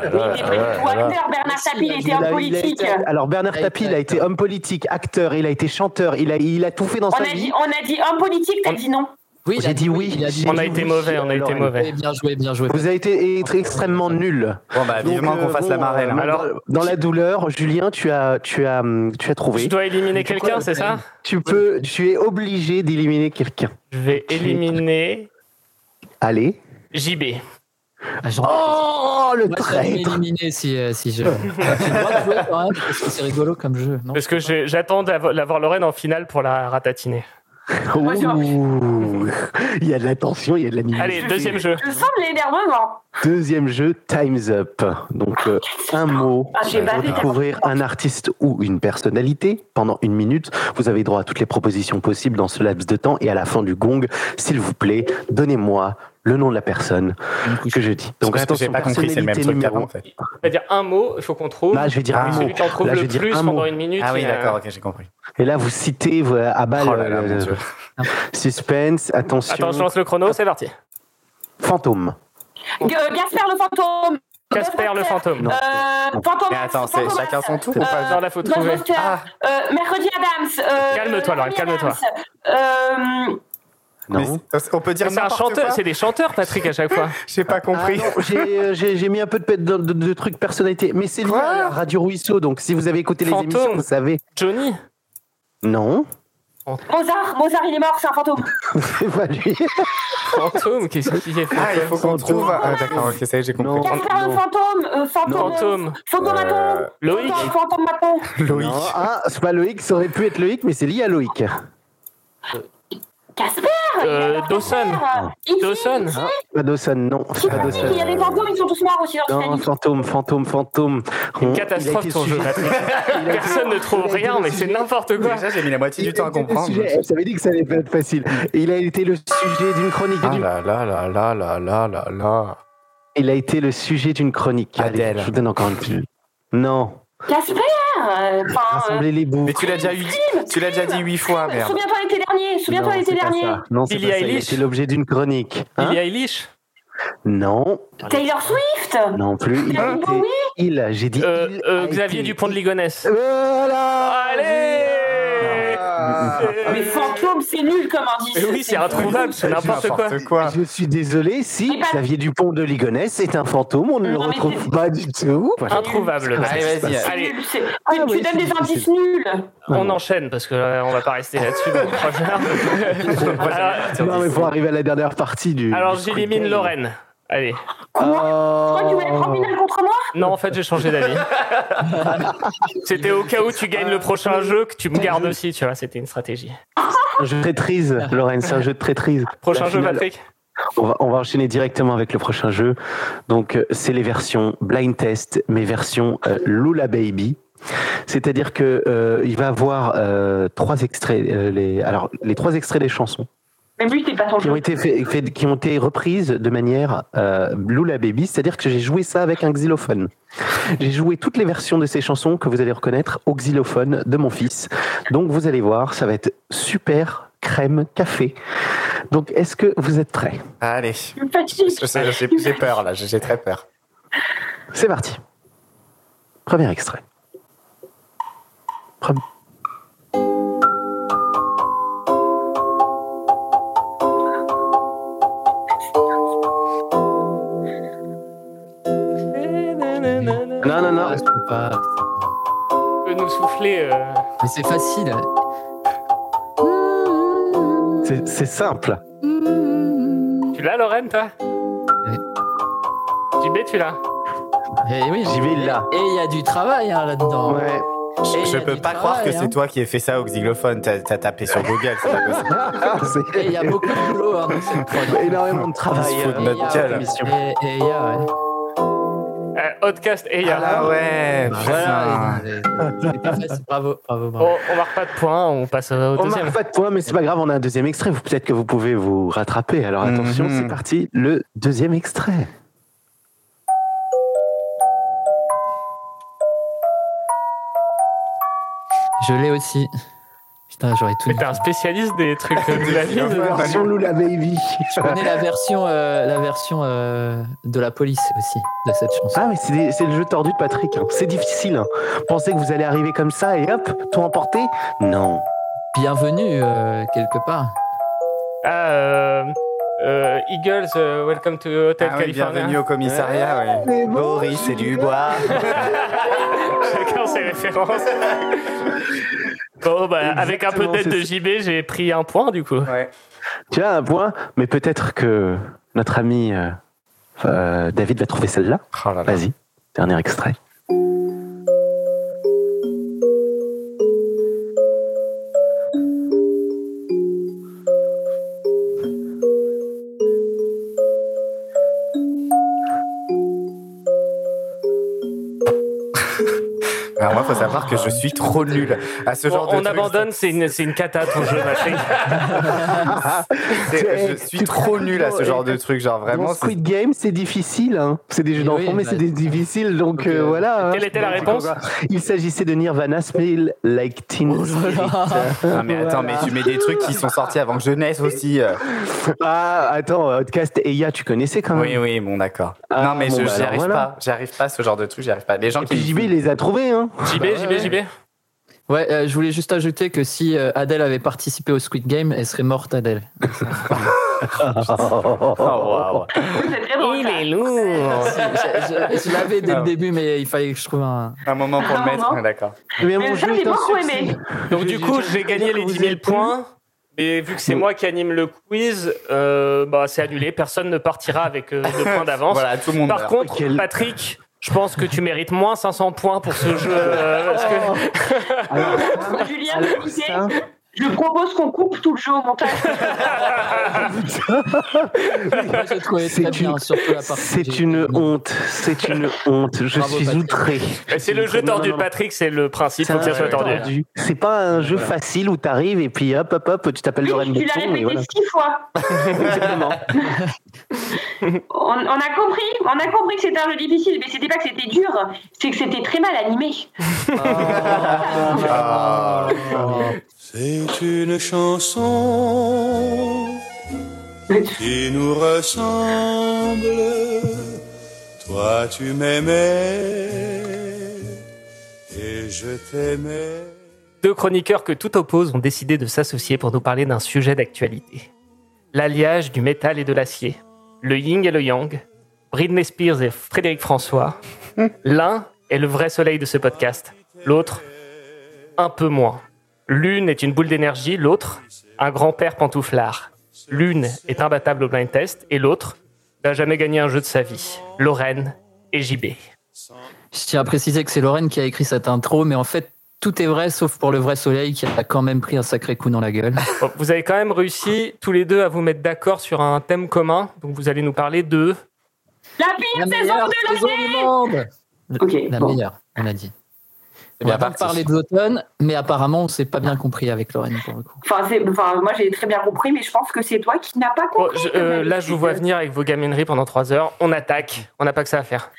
I: Wagner, Bernard Tapie, il était
H: Il a-
I: en
H: il a été-
I: politique.
H: alors Bernard
F: Il a été
H: Tapie, il a été
F: acteur.
H: homme politique, acteur, il a été chanteur, il a, il a tout fait dans
I: On
H: sa
I: a,
H: vie.
I: dit, on a dit homme politique, t'as dit non.
F: Oui, il a
H: J'ai dit oui.
F: il a dit
C: On a
F: oui.
C: été mauvais, on a été
H: Alors,
C: mauvais.
F: Oui, Bien joué, bien joué.
H: Vous avez été é- extrêmement nul.
D: Bon,
C: Ah,
D: bah,
H: Donc,
D: vivement
H: euh,
D: qu'on fasse
H: bon,
D: la marelle.
H: euh,
D: hein.
C: Alors,
H: Dans la douleur, Julien, tu as, tu as, hum, tu as
C: Je
H: trouvé.
C: dois éliminer quelqu'un, c'est ça
H: Tu peux, tu es obligé d'éliminer quelqu'un.
C: Je vais éliminer
H: Allez.
C: JB.
F: Ah, Jean-
H: Oh, le
F: Moi, je serais
H: traître.
F: éliminé si, euh, si je. J'ai le droit de jouer quand même, parce que c'est rigolo comme jeu. Non
C: Parce que je- j'attends d'av- d'avoir Lorraine en finale pour la ratatiner.
H: Ouh. Il y a de la tension, il y a de l'animation.
C: Allez, deuxième jeu.
I: Je sens de l'énervement.
H: Deuxième jeu, Time's Up. Donc, euh, un mot
I: Ah, j'ai
H: pour
I: bavé.
H: découvrir un artiste ou une personnalité. Pendant une minute, vous avez droit à toutes les propositions possibles dans ce laps de temps. Et à la fin du gong, s'il vous plaît, donnez-moi le nom de la personne que je dis.
D: Donc,
H: attention,
D: j'ai pas compris, c'est le même
H: personnalité
D: truc
H: numéro-
D: qu'avant, en fait.
C: C'est-à-dire un mot, il faut qu'on trouve.
H: Là, je vais dire
D: Ah,
H: un mot.
C: Celui qui en trouve
H: Là, je
C: le
H: vais dire
C: plus
H: un mot.
C: pendant une minute.
D: Ah oui,
C: il, euh,
D: d'accord, ok, j'ai compris.
H: Et là, vous citez euh, à balle.
D: Oh là là,
H: euh,
D: mon Dieu.
H: suspense, attention.
C: Attends, je lance le chrono, c'est parti.
H: Fantôme.
I: G- euh, Gasper le fantôme.
C: Casper le fantôme.
H: Non.
I: Euh, fantôme.
D: Mais attends, c'est
I: Fantôme-
D: chacun son
H: Ah,
D: tour ou
I: Euh,
D: pas
C: Non, là, faut trouver.
I: Ghostbusters,
D: Ah.
I: euh, Mercredi Adams. euh,
C: Calme-toi, Laurent,
I: Mercredi
C: calme-toi.
I: Adams, euh,
D: Mais
H: Non.
D: c'est- On peut dire
C: C'est un
D: n'importe
C: chanteur,
D: quoi
C: c'est des chanteurs, Patrick, à chaque fois.
D: J'ai pas compris.
H: Ah non, j'ai, euh, j'ai- j'ai mis un peu de, pe- de, de- de trucs personnalité, mais c'est lié
D: Quoi
H: à la Radio Ruisseau, donc si vous avez écouté les
C: Fantôme.
H: émissions, vous savez.
C: Johnny
H: Non,
I: Mozart, Mozart, il est mort, c'est un fantôme.
H: c'est pas lui.
C: Fantôme Qu'est-ce qu'il fait
D: Ah, il faut qu'on trouve. Ah, d'accord, ok, ça y est, j'ai compris.
H: Non.
I: Gasper le
H: non.
I: fantôme. euh, fantôme.
C: Fantôme.
I: Fantomaton.
D: Euh,
C: Loïc
I: Fantôme, Fantôme maton.
D: Loïc.
H: Non, ah, c'est pas Loïc, ça aurait pu être Loïc, mais c'est lié à Loïc.
D: Hein
I: Casper.
C: Euh, Dawson
I: Ici,
C: Dawson
I: ici,
H: Pas Dawson, non. c'est Pas Dawson.
I: Il y a des fantômes, ils sont tous morts aussi dans
H: Non,
I: Titanic.
H: fantôme, fantôme, fantôme.
C: Une
H: On-
C: catastrophe
H: il a été
C: ton jeu,
H: sujet-
C: Patrick.
H: il a été-
C: Personne ne trouve
H: il a été
C: rien,
H: le
C: mais
H: sujet-
C: c'est n'importe quoi.
D: Déjà, j'ai mis la moitié
H: il
D: du
H: a été
D: temps à
H: le
D: comprendre.
H: sujet- Je savais dit que ça allait pas être facile. Il a été le sujet d'une chronique.
D: Ah
H: d'une-
D: là là là là là là là là.
H: Il a été le sujet d'une chronique. Allez,
D: Adèle.
H: je vous donne encore une petite. Non.
I: Casper. euh,
C: Ah,
I: Enfin. euh,
H: Rassemblez les bouts.
D: Mais tu l'as déjà eu. Tu l'as déjà dit huit fois, merde.
I: Souviens-toi l'été dernier. Souviens-toi
H: Non,
I: l'été
H: c'est pas
I: dernier.
H: ça. Non, c'est
C: Billie
H: pas ça. Il a
C: Eilish.
H: été l'objet d'une chronique. Hein
C: Billie Eilish
H: non,
I: Taylor Swift.
H: non plus. Il a
I: David
H: été
I: Bowie.
H: il. J'ai dit
C: Euh,
H: il.
C: euh,
H: a
C: Xavier
H: été- Euh,
C: Dupont de Ligonnès.
D: Ah,
H: Voilà.
C: Allez
I: Ah, Mais fantôme, c'est nul comme indice.
C: Mais oui, c'est introuvable, c'est n'importe quoi.
H: Je suis désolé si
I: Et pas-
H: Xavier Dupont de Ligonnès est un fantôme, on ne le
I: Non, mais
H: retrouve
I: c'est-
H: pas du tout.
C: Introuvable.
D: Allez, vas-y.
I: C'est
C: Allez,
I: nul, c'est- Tu,
H: Ah oui,
I: tu donnes
H: c'est-
I: des indices
H: c'est-
I: nuls.
C: on enchaîne parce que euh, on va pas rester là-dessus. pendant trois heures. Alors,
H: Non, mais faut arriver à la dernière partie du.
C: Alors
H: du truc.
C: j'élimine Lorraine. Allez.
I: Oh, Toi, tu voulais
H: Ah.
I: être en finale contre moi
C: Non, en fait, j'ai changé d'avis. C'était au cas où tu gagnes le
H: Ah.
C: prochain jeu que tu me gardes aussi, tu vois, c'était une stratégie.
H: Un jeu de traîtrise, Lorraine, c'est un jeu de traîtrise.
C: Prochain
H: La
C: jeu,
H: finale,
C: Patrick
H: On va, on va enchaîner directement avec le prochain jeu. Donc, euh, c'est les versions blind test, mais version euh, Lula Baby. C'est-à-dire que euh, il va avoir euh, trois extraits, euh, les, alors les trois extraits des chansons
I: Mais lui, c'est pas son
H: qui ont
I: jeu.
H: été fait- fait- qui ont été reprises de manière euh, Lula Baby. C'est-à-dire que j'ai joué ça avec un xylophone. J'ai joué toutes les versions de ces chansons que vous allez reconnaître au xylophone de mon fils. Donc, vous allez voir, ça va être super crème café. Donc, est-ce que vous êtes prêts
D: Allez.
I: Tu me fatigues.
D: Je sais, J'ai j'ai peur là, j'ai j'ai très peur.
H: C'est parti. Premier extrait. Prem- Non, non, non.
F: Ah, je peux pas.
C: Peut nous souffler. euh,
F: Mais c'est facile.
H: C'est c'est simple.
C: Tu l'as, Lorraine, toi JB, tu l'as
F: Et oui,
H: J'y vais là.
F: Eh Et il y a du travail hein, là-dedans.
H: Ouais.
D: Je, je peux pas croire
F: hein.
D: que c'est toi qui ai fait ça au xylophone. T'as t'as tapé sur Google. c'est pas possible.
F: Et il y a beaucoup Ah, de boulot. hein, donc c'est prod.
H: Ah, Énormément de travail.
D: Il se fout de
H: euh,
D: notre
H: dans
D: gueule.
H: l'émission.
F: hein. Et, et il y a, ouais.
C: Euh, Outcast et Yara.
D: Ah ouais, putain.
F: Voilà, et- et- c'est pas facile. bravo, bravo, bravo.
C: Oh, On, on marque pas de points, on passe Bah, au
H: On
C: deuxième.
H: marque pas de points, mais c'est pas grave, on a un deuxième extrait. Vous- Peut-être que vous pouvez vous rattraper. Alors attention,
D: Mhm.
H: c'est parti, le deuxième extrait.
D: Oh.
F: Je l'ai aussi. Putain, j'aurais tout.
C: Mais
F: mis.
C: t'es un spécialiste des trucs euh, de la vie.
H: Version Lula Baby.
F: Je connais la version, euh, la version euh, de la police aussi de cette chanson.
H: Ah oui, c'est des- c'est le jeu tordu de Patrick. hein. C'est difficile. hein. Pensez que vous allez arriver comme ça et hop, tout emporter Non.
F: Bienvenue euh, quelque part.
C: Ah, euh, euh, Eagles, euh, welcome to Hotel
D: Ah oui,
C: California.
D: bienvenue au commissariat. Ouais. Boris et Dubois.
C: Chacun ses références. Bon, bah, avec un peu
H: Exactement,
C: d'aide de
H: c'est
C: JB, j'ai pris un point du coup.
D: ouais.
H: Tu as un point, mais peut-être que notre ami euh, euh, David va trouver celle-là.
D: Oh là là.
H: Vas-y, dernier extrait.
D: Alors moi, faut savoir que je suis trop nul à ce
C: Bon,
D: genre de
C: on
D: truc.
C: abandonne, c'est une, c'est une cata ton jeu, Patrick.
D: C'est- Je suis trop nul à ce genre de truc, genre
H: Dans
D: vraiment. c'est-
H: Squid Game, c'est difficile. hein. C'est des jeux
F: Oui,
H: d'enfants,
F: oui,
H: mais
F: bah,
H: c'est des difficiles. Donc
F: donc,
H: euh,
F: euh,
H: voilà. hein.
C: Quelle était la réponse
H: Il s'agissait de Nirvana Smell Like Teen Spirit.
D: Non mais attends, mais tu mets des trucs qui sont sortis avant que je naisse aussi. euh.
H: Ah, attends, Outcast Eya, tu connaissais quand même.
D: Oui, oui, bon, d'accord.
H: Ah,
D: non mais
H: bon,
D: je-
H: bah,
D: j'y
H: alors,
D: arrive
H: voilà.
D: pas. J'y arrive pas à ce genre de truc. J'y arrive pas. Les gens
H: Et puis
D: qui.
H: JB les a trouvés. Hein.
C: JB, JB, JB.
F: Ouais, euh, je voulais juste ajouter que si euh, Adèle avait participé au Squid Game, elle serait morte, Adèle.
D: Oh, waouh.
I: C'est très drôle.
C: Il
I: ça.
C: est lourd.
F: Je, je- je l'avais dès
D: Ah
F: le
D: ouais.
F: début, mais il fallait que je trouve un.
D: Un moment pour le
I: Un
D: mettre.
I: moment.
D: Ouais, D'accord.
H: Mais
I: Mais
H: mon
I: ça,
H: jeu
I: j'ai
H: est un
I: beaucoup
H: succès.
I: aimé.
C: Donc du coup, j'ai gagné les 10 000 points. Mais vu que
D: Mm.
C: c'est moi qui anime le quiz, euh, bah, c'est annulé. Personne ne partira avec euh, deux points d'avance.
D: Voilà, tout le monde.
C: Par
D: meurt.
C: contre,
H: Quel-
C: Patrick, je pense que tu mérites moins 500 points pour ce jeu. euh, parce que-
I: Euh, Julien,
H: Alors,
I: l'idée,
H: ça,
I: je propose qu'on coupe tout le jeu au montage.
F: Moi, j'ai trouvé
H: C'est
F: très bien,
H: une-
F: surtout la partie.
H: C'est une honte, c'est une honte. Je
F: Bravo,
H: suis
F: Patrick.
H: outré.
C: Mais c'est le jeu
H: Non, non,
C: tordu de
H: non.
C: Patrick, c'est le principe, faut que ça
F: un
C: soit
F: jeu
C: tordu.
F: tordu.
H: C'est pas un jeu
F: Voilà.
H: facile où t'arrives et puis hop hop hop, tu t'appelles
I: Oui,
H: Lorraine
I: tu l'as
H: Bouchon et
I: répété
H: voilà.
I: six fois.
H: Exactement.
I: On, on a compris, on a compris que c'était un jeu difficile, mais c'était pas que c'était dur, c'est que c'était très mal animé.
D: Ah.
L: C'est une chanson qui nous ressemble. Toi, tu m'aimais et je t'aimais.
C: Deux chroniqueurs que tout oppose ont décidé de s'associer pour nous parler d'un sujet d'actualité. L'alliage du métal et de l'acier. Le yin et le yang. Britney Spears et Frédéric François. L'un est le vrai soleil de ce podcast. L'autre, un peu moins. L'une est une boule d'énergie, l'autre, un grand-père pantouflard. L'une est imbattable au blind test et l'autre n'a jamais gagné un jeu de sa vie. Lorraine et JB.
F: Je tiens à préciser que c'est Lorraine qui a écrit cette intro, mais en fait, tout est vrai sauf pour le vrai soleil qui a quand même pris un sacré coup dans la gueule.
C: Bon, vous avez quand même réussi tous les deux à vous mettre d'accord sur un thème commun. Donc vous allez nous parler de.
I: La pire
F: La
I: saison
F: meilleure
I: de
F: saison du monde
I: Ok,
F: La
I: bon.
F: meilleure, on a dit.
D: C'est
F: On
D: bien
F: va donc
D: parti.
F: parler de l'automne, mais apparemment, on s'est pas bien compris avec Lorraine pour le coup.
I: Enfin, c'est- enfin, moi j'ai très bien compris, mais je pense que c'est toi qui n'as pas
C: Bon,
I: compris.
C: je-
I: comme
C: euh, là, je
I: d'habitude.
C: vous vois venir avec vos gamineries pendant trois heures. On attaque. On n'a pas que ça à faire.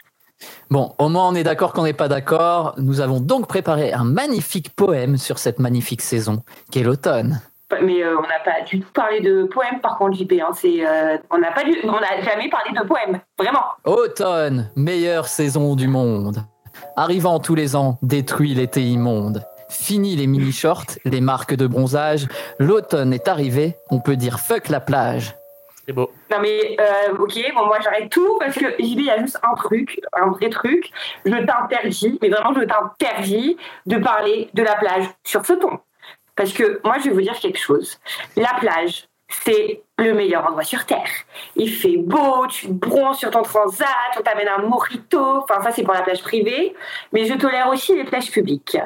F: Bon, au moins on est d'accord qu'on n'est pas d'accord. Nous avons donc préparé un magnifique poème sur cette magnifique saison qu'est l'automne.
I: Mais euh, on n'a pas du tout parlé de poème, par contre, JP. hein, c'est, euh, on n'a pas du- on n'a jamais parlé de poème, vraiment.
F: Automne, meilleure saison du monde. Arrivant tous les ans, détruit l'été immonde. Fini les mini-shorts, les marques de bronzage. L'automne est arrivé, on peut dire fuck la plage.
C: C'est beau.
I: Non mais euh, ok, bon moi j'arrête tout parce que JB il y a juste un truc, un vrai truc. Je t'interdis, mais vraiment je t'interdis de parler de la plage sur ce ton. Parce que moi je vais vous dire quelque chose. La plage, c'est le meilleur endroit sur Terre. Il fait beau, tu te bronzes sur ton transat, on t'amène un mojito. Enfin, ça, c'est pour la plage privée. Mais je tolère aussi les plages publiques.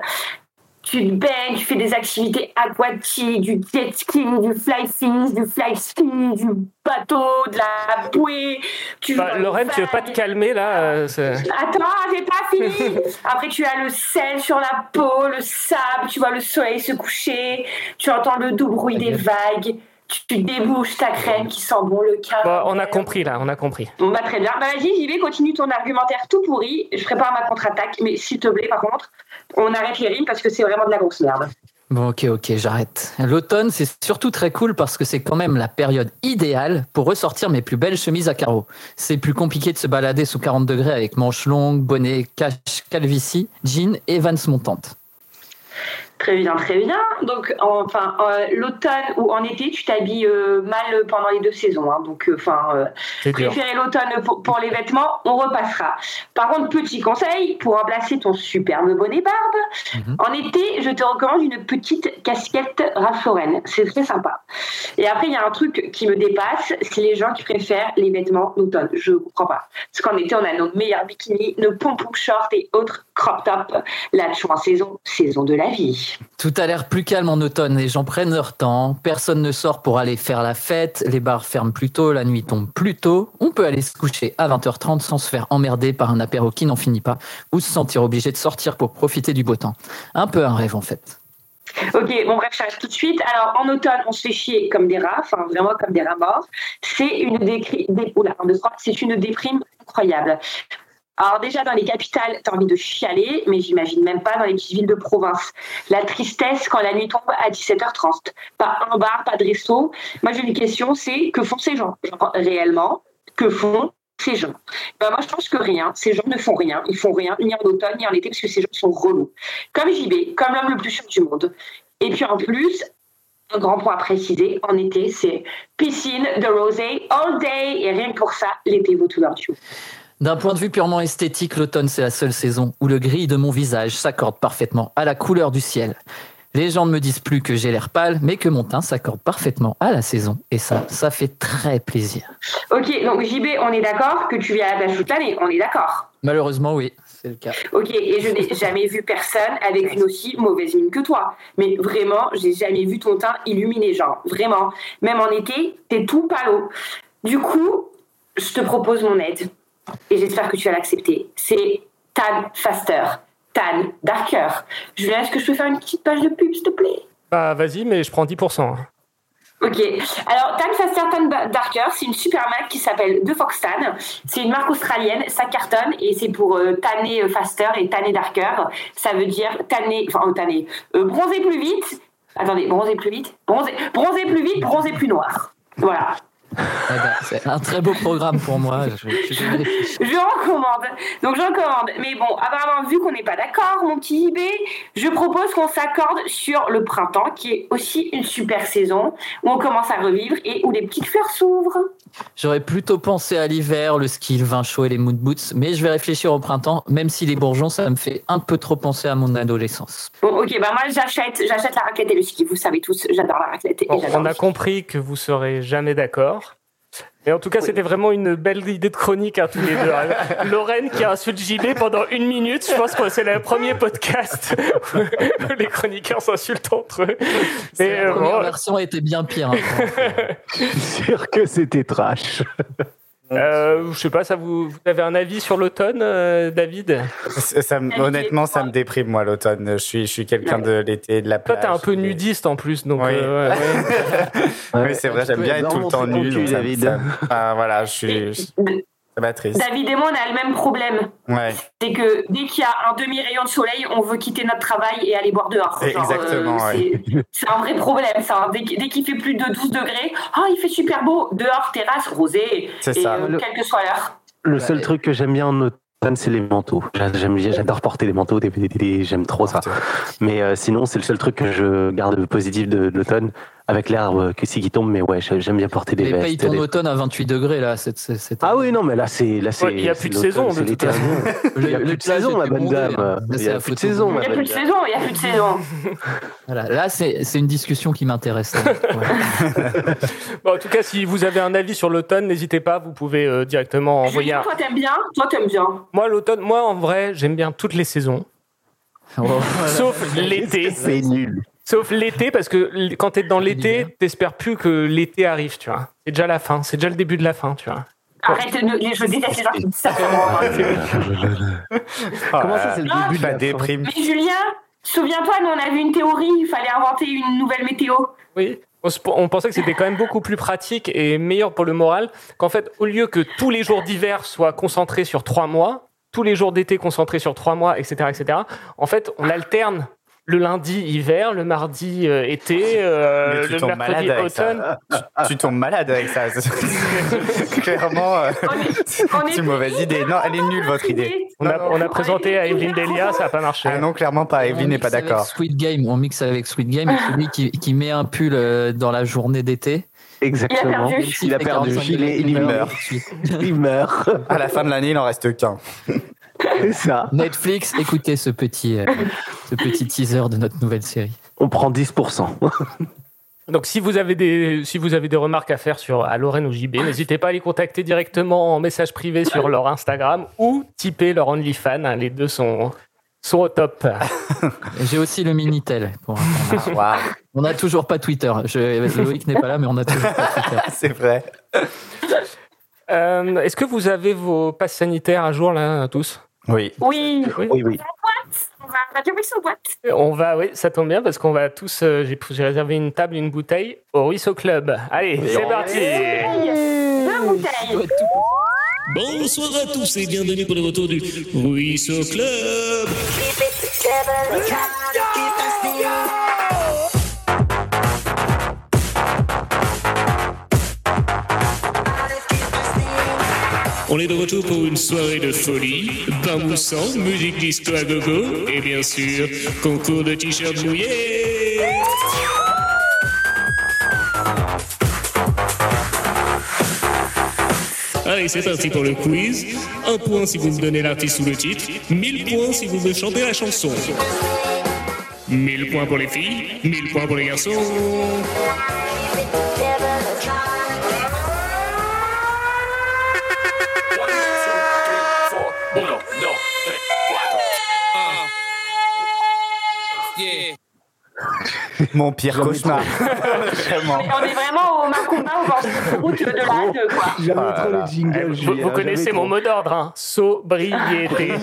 I: Tu te baignes, tu fais des activités aquatiques, du jet skiing, du fly fish, du fly ski, du bateau, de la bouée. Tu vas
C: Bah,
I: dans les
C: Lorraine, tu veux pas te calmer là euh, c'est-
I: Attends, j'ai pas fini. Après, tu as le sel sur la peau, le sable, tu vois le soleil se coucher, tu entends le doux bruit des vagues, tu, tu débouches ta crème qui sent bon le
C: Bah,
I: cas.
C: on a compris là, on a compris.
I: Bon, bah très bien. Bah vas-y, j'y vais, continue ton argumentaire tout pourri. Je prépare ma contre-attaque, mais s'il te plaît, par contre, on arrête les rimes parce que c'est vraiment de la grosse merde.
F: Bon, ok, ok, j'arrête. L'automne, c'est surtout très cool parce que c'est quand même la période idéale pour ressortir mes plus belles chemises à carreaux. C'est plus compliqué de se balader sous 40 degrés avec manches longues, bonnet, cache, calvitie, jean et vans montantes.
I: Très bien, très bien. Donc, enfin, euh, l'automne ou en été, tu t'habilles euh, mal pendant les deux saisons. hein. donc, euh, enfin, euh,
J: C'est dur.
I: préférez l'automne pour, pour les vêtements, on repassera. Par contre, petit conseil pour remplacer ton superbe bonnet barbe,
J: Mhm.
I: en été, je te recommande une petite casquette Ralph Lauren. C'est très sympa. Et après, il y a un truc qui me dépasse, c'est les gens qui préfèrent les vêtements d'automne. Je comprends pas. Parce qu'en été, on a nos meilleurs bikinis, nos pompons shorts et autres crop tops. Là, je suis en saison, saison de la vie.
F: Tout a l'air plus calme en automne, les gens prennent leur temps, personne ne sort pour aller faire la fête, les bars ferment plus tôt, la nuit tombe plus tôt, on peut aller se coucher à 20h30 sans se faire emmerder par un apéro qui n'en finit pas ou se sentir obligé de sortir pour profiter du beau temps. Un peu un rêve en fait.
I: Ok, bon bref, j'arrive tout de suite. Alors en automne, on se fait chier comme des rats, enfin vraiment comme des rats morts. C'est une décri- dé- oula, un, deux, trois. c'est une déprime incroyable. Alors déjà dans les capitales, t'as envie de chialer, mais j'imagine même pas dans les petites villes de province. La tristesse quand la nuit tombe à 17h30. Pas un bar, pas de resto. Moi j'ai une question, c'est que font ces gens Genre, réellement Que font ces gens ben, Moi je pense que rien. Ces gens ne font rien. Ils font rien ni en automne ni en été parce que ces gens sont relous. Comme JB, comme l'homme le plus sûr du monde. Et puis en plus, un grand point à préciser, en été, c'est piscine, de rosé, all day. Et rien que pour ça, l'été vaut tout l'or du monde.
F: D'un point de vue purement esthétique, l'automne c'est la seule saison où le gris de mon visage s'accorde parfaitement à la couleur du ciel. Les gens ne me disent plus que j'ai l'air pâle, mais que mon teint s'accorde parfaitement à la saison. Et ça, ça fait très plaisir.
I: Ok, donc JB, on est d'accord que tu vis à la plage toute l'année, on est d'accord.
F: Malheureusement, oui, c'est le cas.
I: Ok, et je n'ai jamais vu personne avec une aussi mauvaise mine que toi. Mais vraiment, j'ai jamais vu ton teint illuminé, genre, vraiment. Même en été, t'es tout palo. Du coup, je te propose mon aide. Et j'espère que tu vas l'accepter. C'est Tan Faster, Tan Darker. Julien, est-ce que je peux faire une petite page de pub, s'il te plaît
C: Bah vas-y, mais je prends 10%.
I: Ok. Alors, Tan Faster, Tan Ba- Darker, c'est une super marque qui s'appelle The Fox Tan. C'est une marque australienne, ça cartonne et c'est pour euh, tanner euh, faster et tanner darker. Ça veut dire tanner, enfin, euh, tanner, euh, bronzer plus vite. Attendez, bronzer plus vite bronzer, bronzer plus vite, bronzer plus noir. Voilà.
F: Eh ben, c'est un très beau programme pour moi. Je- je- je-
I: Je recommande. Donc, je recommande. Mais bon, apparemment, vu qu'on n'est pas d'accord, mon petit JB, je propose qu'on s'accorde sur le printemps, qui est aussi une super saison, où on commence à revivre et où les petites fleurs s'ouvrent.
F: J'aurais plutôt pensé à l'hiver, le ski, le vin chaud et les mood boots, mais je vais réfléchir au printemps, même si les bourgeons, ça me fait un peu trop penser à mon adolescence.
I: Bon, ok, bah moi j'achète, j'achète la raclette et le ski. Vous savez tous, j'adore la raclette et
C: Bon,
I: j'adore.
C: on a compris que vous serez jamais d'accord. Et en tout cas, c'était vraiment une belle idée de chronique, hein, tous les deux. hein. Lorraine qui insulte JB pendant une minute. Je pense que c'est le premier podcast où les chroniqueurs s'insultent entre eux. Mais,
F: La
C: euh,
F: première
C: bon,
F: version était bien pire. hein.
H: Je suis sûr que c'était trash.
C: euh, je sais pas, ça vous, vous avez un avis sur l'automne, euh, David
D: Ça- ça me- honnêtement, ça me déprime, moi, l'automne. Je suis, je suis quelqu'un de l'été, de la
C: Toi,
D: plage.
F: Bah,
C: t'es un peu nudiste en plus, donc.
D: Oui.
C: euh, ouais, ouais.
D: Oui, c'est vrai, j'aime bien être tout le temps nu. donc ça me- ça me- enfin, voilà, je suis. je- Ça m'a triste.
I: David et moi, on a le même problème.
D: Ouais.
I: C'est que dès qu'il y a un demi-rayon de soleil, on veut quitter notre travail et aller boire dehors.
D: C'est
I: Genre, euh,
D: exactement, ouais.
I: c'est- C'est un vrai problème, ça. hein. Dès, qu'- dès qu'il fait plus de 12 degrés, oh, il fait super beau. Dehors, terrasse, rosée.
H: C'est
I: et,
H: ça.
I: euh,
H: Le-
I: quelle que soit l'heure.
H: Le seul truc que j'aime bien en automne, c'est les manteaux. J'a- j'aime bien- J'adore porter des manteaux, des, des- des- j'aime trop ça. Mais euh, sinon, c'est le seul truc que je garde positif de, de l'automne. avec l'herbe que si qui tombe, mais ouais, j'aime bien porter des
F: Et
D: bah,
H: vestes.
F: paye ton
H: des-
F: automne à 28 degrés là. cette- cette- cette-
H: Ah oui, non, mais là, c'est. là, c'est-
F: Ouais, il y a
H: c'est
F: plus de
H: l'automne,
F: saison, de
H: c'est
F: toute
H: l'été.
F: façon.
H: Il n'y a
F: Le-
H: plus
F: le
H: de saison,
F: plaid
H: ma
F: était
H: bonne
F: bombé, hein.
H: dame.
F: Ça,
H: Il n'y
F: c'est
H: a
F: la
H: plus de
F: photo.
H: saison,
I: Il
H: ma
I: n'y a
H: bonne
I: plus de
H: dame.
I: saison, il n'y a plus de saison.
F: Voilà. Là, c'est c'est une discussion qui m'intéresse. hein.
C: Bon, en tout cas, si vous avez un avis sur l'automne, n'hésitez pas, vous pouvez euh, directement envoyer un...
I: Toi, t'aimes bien Toi, t'aimes bien.
C: Moi, l'automne, moi, en vrai, j'aime bien toutes les saisons. Sauf l'été.
H: C'est nul.
C: Sauf l'été, parce que l- quand t'es dans l'été, t'espères plus que l'été arrive, tu vois. C'est déjà la fin, c'est déjà le début de la fin, tu vois.
I: Arrête de les jeux détestent les gens qui disent ça.
D: Comment
C: ça, c'est le début de
D: Oh, la
C: la
D: déprime.
I: Mais Julien, souviens-toi, nous on avait une théorie, il fallait inventer une nouvelle météo.
C: Oui. On, se- on pensait que c'était quand même beaucoup plus pratique et meilleur pour le moral qu'en fait, au lieu que tous les jours d'hiver soient concentrés sur trois mois, tous les jours d'été concentrés sur trois mois, etc., etc., en fait, on alterne le lundi hiver, le mardi euh, été, euh,
D: Mais tu
C: le
D: tombes
C: mercredi
D: malade avec
C: automne.
D: ça. Tu, tu tombes malade avec ça. Clairement, euh, c'est une mauvaise idée. Non, elle est nulle, votre idée. Euh,
C: On a, on a présenté à Evelyne Delia, ça n'a pas marché.
D: Ah non, clairement pas.
F: On
D: Evelyne n'est pas
F: mixe avec
D: d'accord.
F: Squid Game, on mixe avec Squid Game, et celui qui, qui met un pull euh, dans la journée d'été.
H: Exactement.
F: Même
H: Il
F: s'il
H: a
F: fait
H: perdu.
F: 45
H: Il, est,
F: degrés,
H: il meurt.
F: tout de suite.
H: Il meurt.
D: À la fin de l'année, il en reste qu'un.
H: C'est ça.
F: Netflix, écoutez ce petit, euh, ce petit teaser de notre nouvelle série.
H: On prend 10%.
C: Donc, si vous avez des, si vous avez des remarques à faire sur à Lorraine ou JB, n'hésitez pas à les contacter directement en message privé sur leur Instagram ou typer leur OnlyFans. hein, Les deux sont, sont au top.
F: Et J'ai aussi le Minitel. pour- On n'a toujours pas Twitter. Je, Loïc n'est pas là, mais on a toujours pas Twitter.
D: C'est vrai.
C: Euh, Est-ce que vous avez vos passes sanitaires à jour là tous
D: Oui.
I: Oui.
C: Oui,
H: oui.
I: On va Radio Ruisseau Boîte.
C: On va, oui, ça tombe bien parce qu'on va tous. euh, J'ai j'ai réservé une table, et une bouteille au Ruisseau Club. Allez, c'est parti.
I: Deux bouteilles.
M: Bonsoir à tous et bienvenue pour le retour du Ruisseau Club. On est de retour pour une soirée de folie, bain moussant, musique disco à gogo et bien sûr concours de t-shirts mouillés. Allez, c'est parti pour le quiz. Un point si vous me donnez l'artiste ou le titre, 1000 points si vous me chantez la chanson. 1000 points pour les filles, 1000 points pour les garçons.
D: Mon pire cauchemar. Vraiment.
I: On est vraiment au Macumba, au bord de route de la Hague, quoi.
H: J'avais
D: trop le
H: jingle.
C: Vous, vous connaissez mon mot d'ordre, hein sobriété.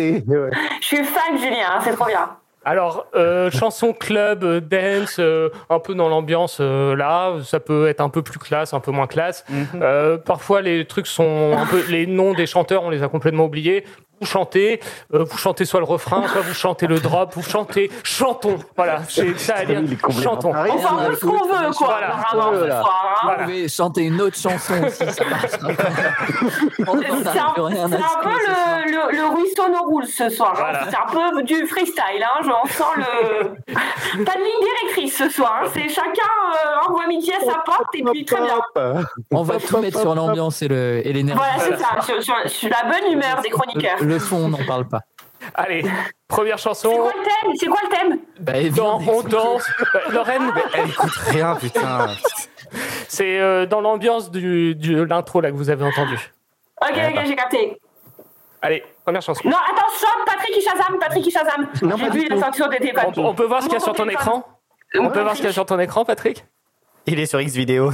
I: Je suis fan de Julien, hein, c'est trop bien.
C: Alors, euh, chanson club, euh, dance, euh, un peu dans l'ambiance euh, là, ça peut être un peu plus classe, un peu moins classe. Euh, parfois, les trucs sont un peu. Les noms des chanteurs, on les a complètement oubliés. Vous chantez, euh, vous chantez soit le refrain, soit vous chantez le drop, vous chantez chantons. Voilà, c'est ça à dire. Chantons.
I: On fait un peu ce qu'on veut, quoi,
C: Voilà.
I: apparemment, ce soir. hein.
F: Vous pouvez chanter une autre chanson aussi, ça marchera. On
I: C'est un,
F: n'arrive rien
I: c'est
F: à
I: un peu le, le, le ruisseau no rules ce soir. hein.
C: Voilà.
I: C'est un peu du freestyle. Hein. J'en sens le. Pas de ligne directrice ce soir. hein. C'est chacun euh, envoie midi à sa porte et puis très bien.
F: On va tout mettre sur l'ambiance et le- et l'énergie.
I: Voilà, c'est ça. Sur, sur- sur la bonne humeur des chroniqueurs.
F: Le, le fond, on n'en parle pas.
C: Allez, première chanson.
I: C'est quoi le thème C'est quoi le thème
F: Bah, et
C: Dans- on danse. Bah, Lorraine,
D: Elle écoute rien, putain.
C: c'est euh, dans l'ambiance du, du- de l'intro là que vous avez entendu.
I: Ok, ok, j'ai capté.
C: Allez, première chanson.
I: Non, attends, chante Patrick et Shazam. Patrick et Shazam. J'ai vu la sanction des téléphones.
C: On, on peut voir ce qu'il y a sur ton écran On peut voir ce qu'il y a sur ton écran, Patrick
D: Il est sur X vidéo.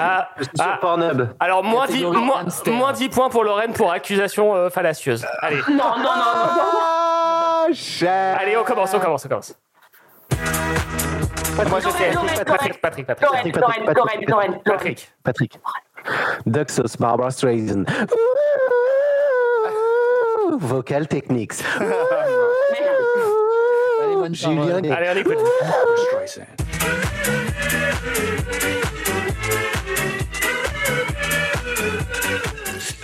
C: Ah, ah,
H: Pornhub.
C: Alors, moins 10,
F: Catégorie
C: moins,
F: hamster.
C: moins 10 points pour Lorraine pour accusation euh, fallacieuse. Allez,
I: Non, non, non, non.
H: Ah,
C: allez, on commence, on commence, on commence. Moi, je sais.
I: Lorraine,
C: Patrick, Patrick, Patrick.
I: Lorraine, Lorraine, Lorraine, Lorraine, Lorraine.
C: Patrick.
H: Patrick. Duxos, Barbara Streisand. Vocal Techniques.
F: Allez, bonne
H: Julien.
F: parole.
C: Allez, on écoute.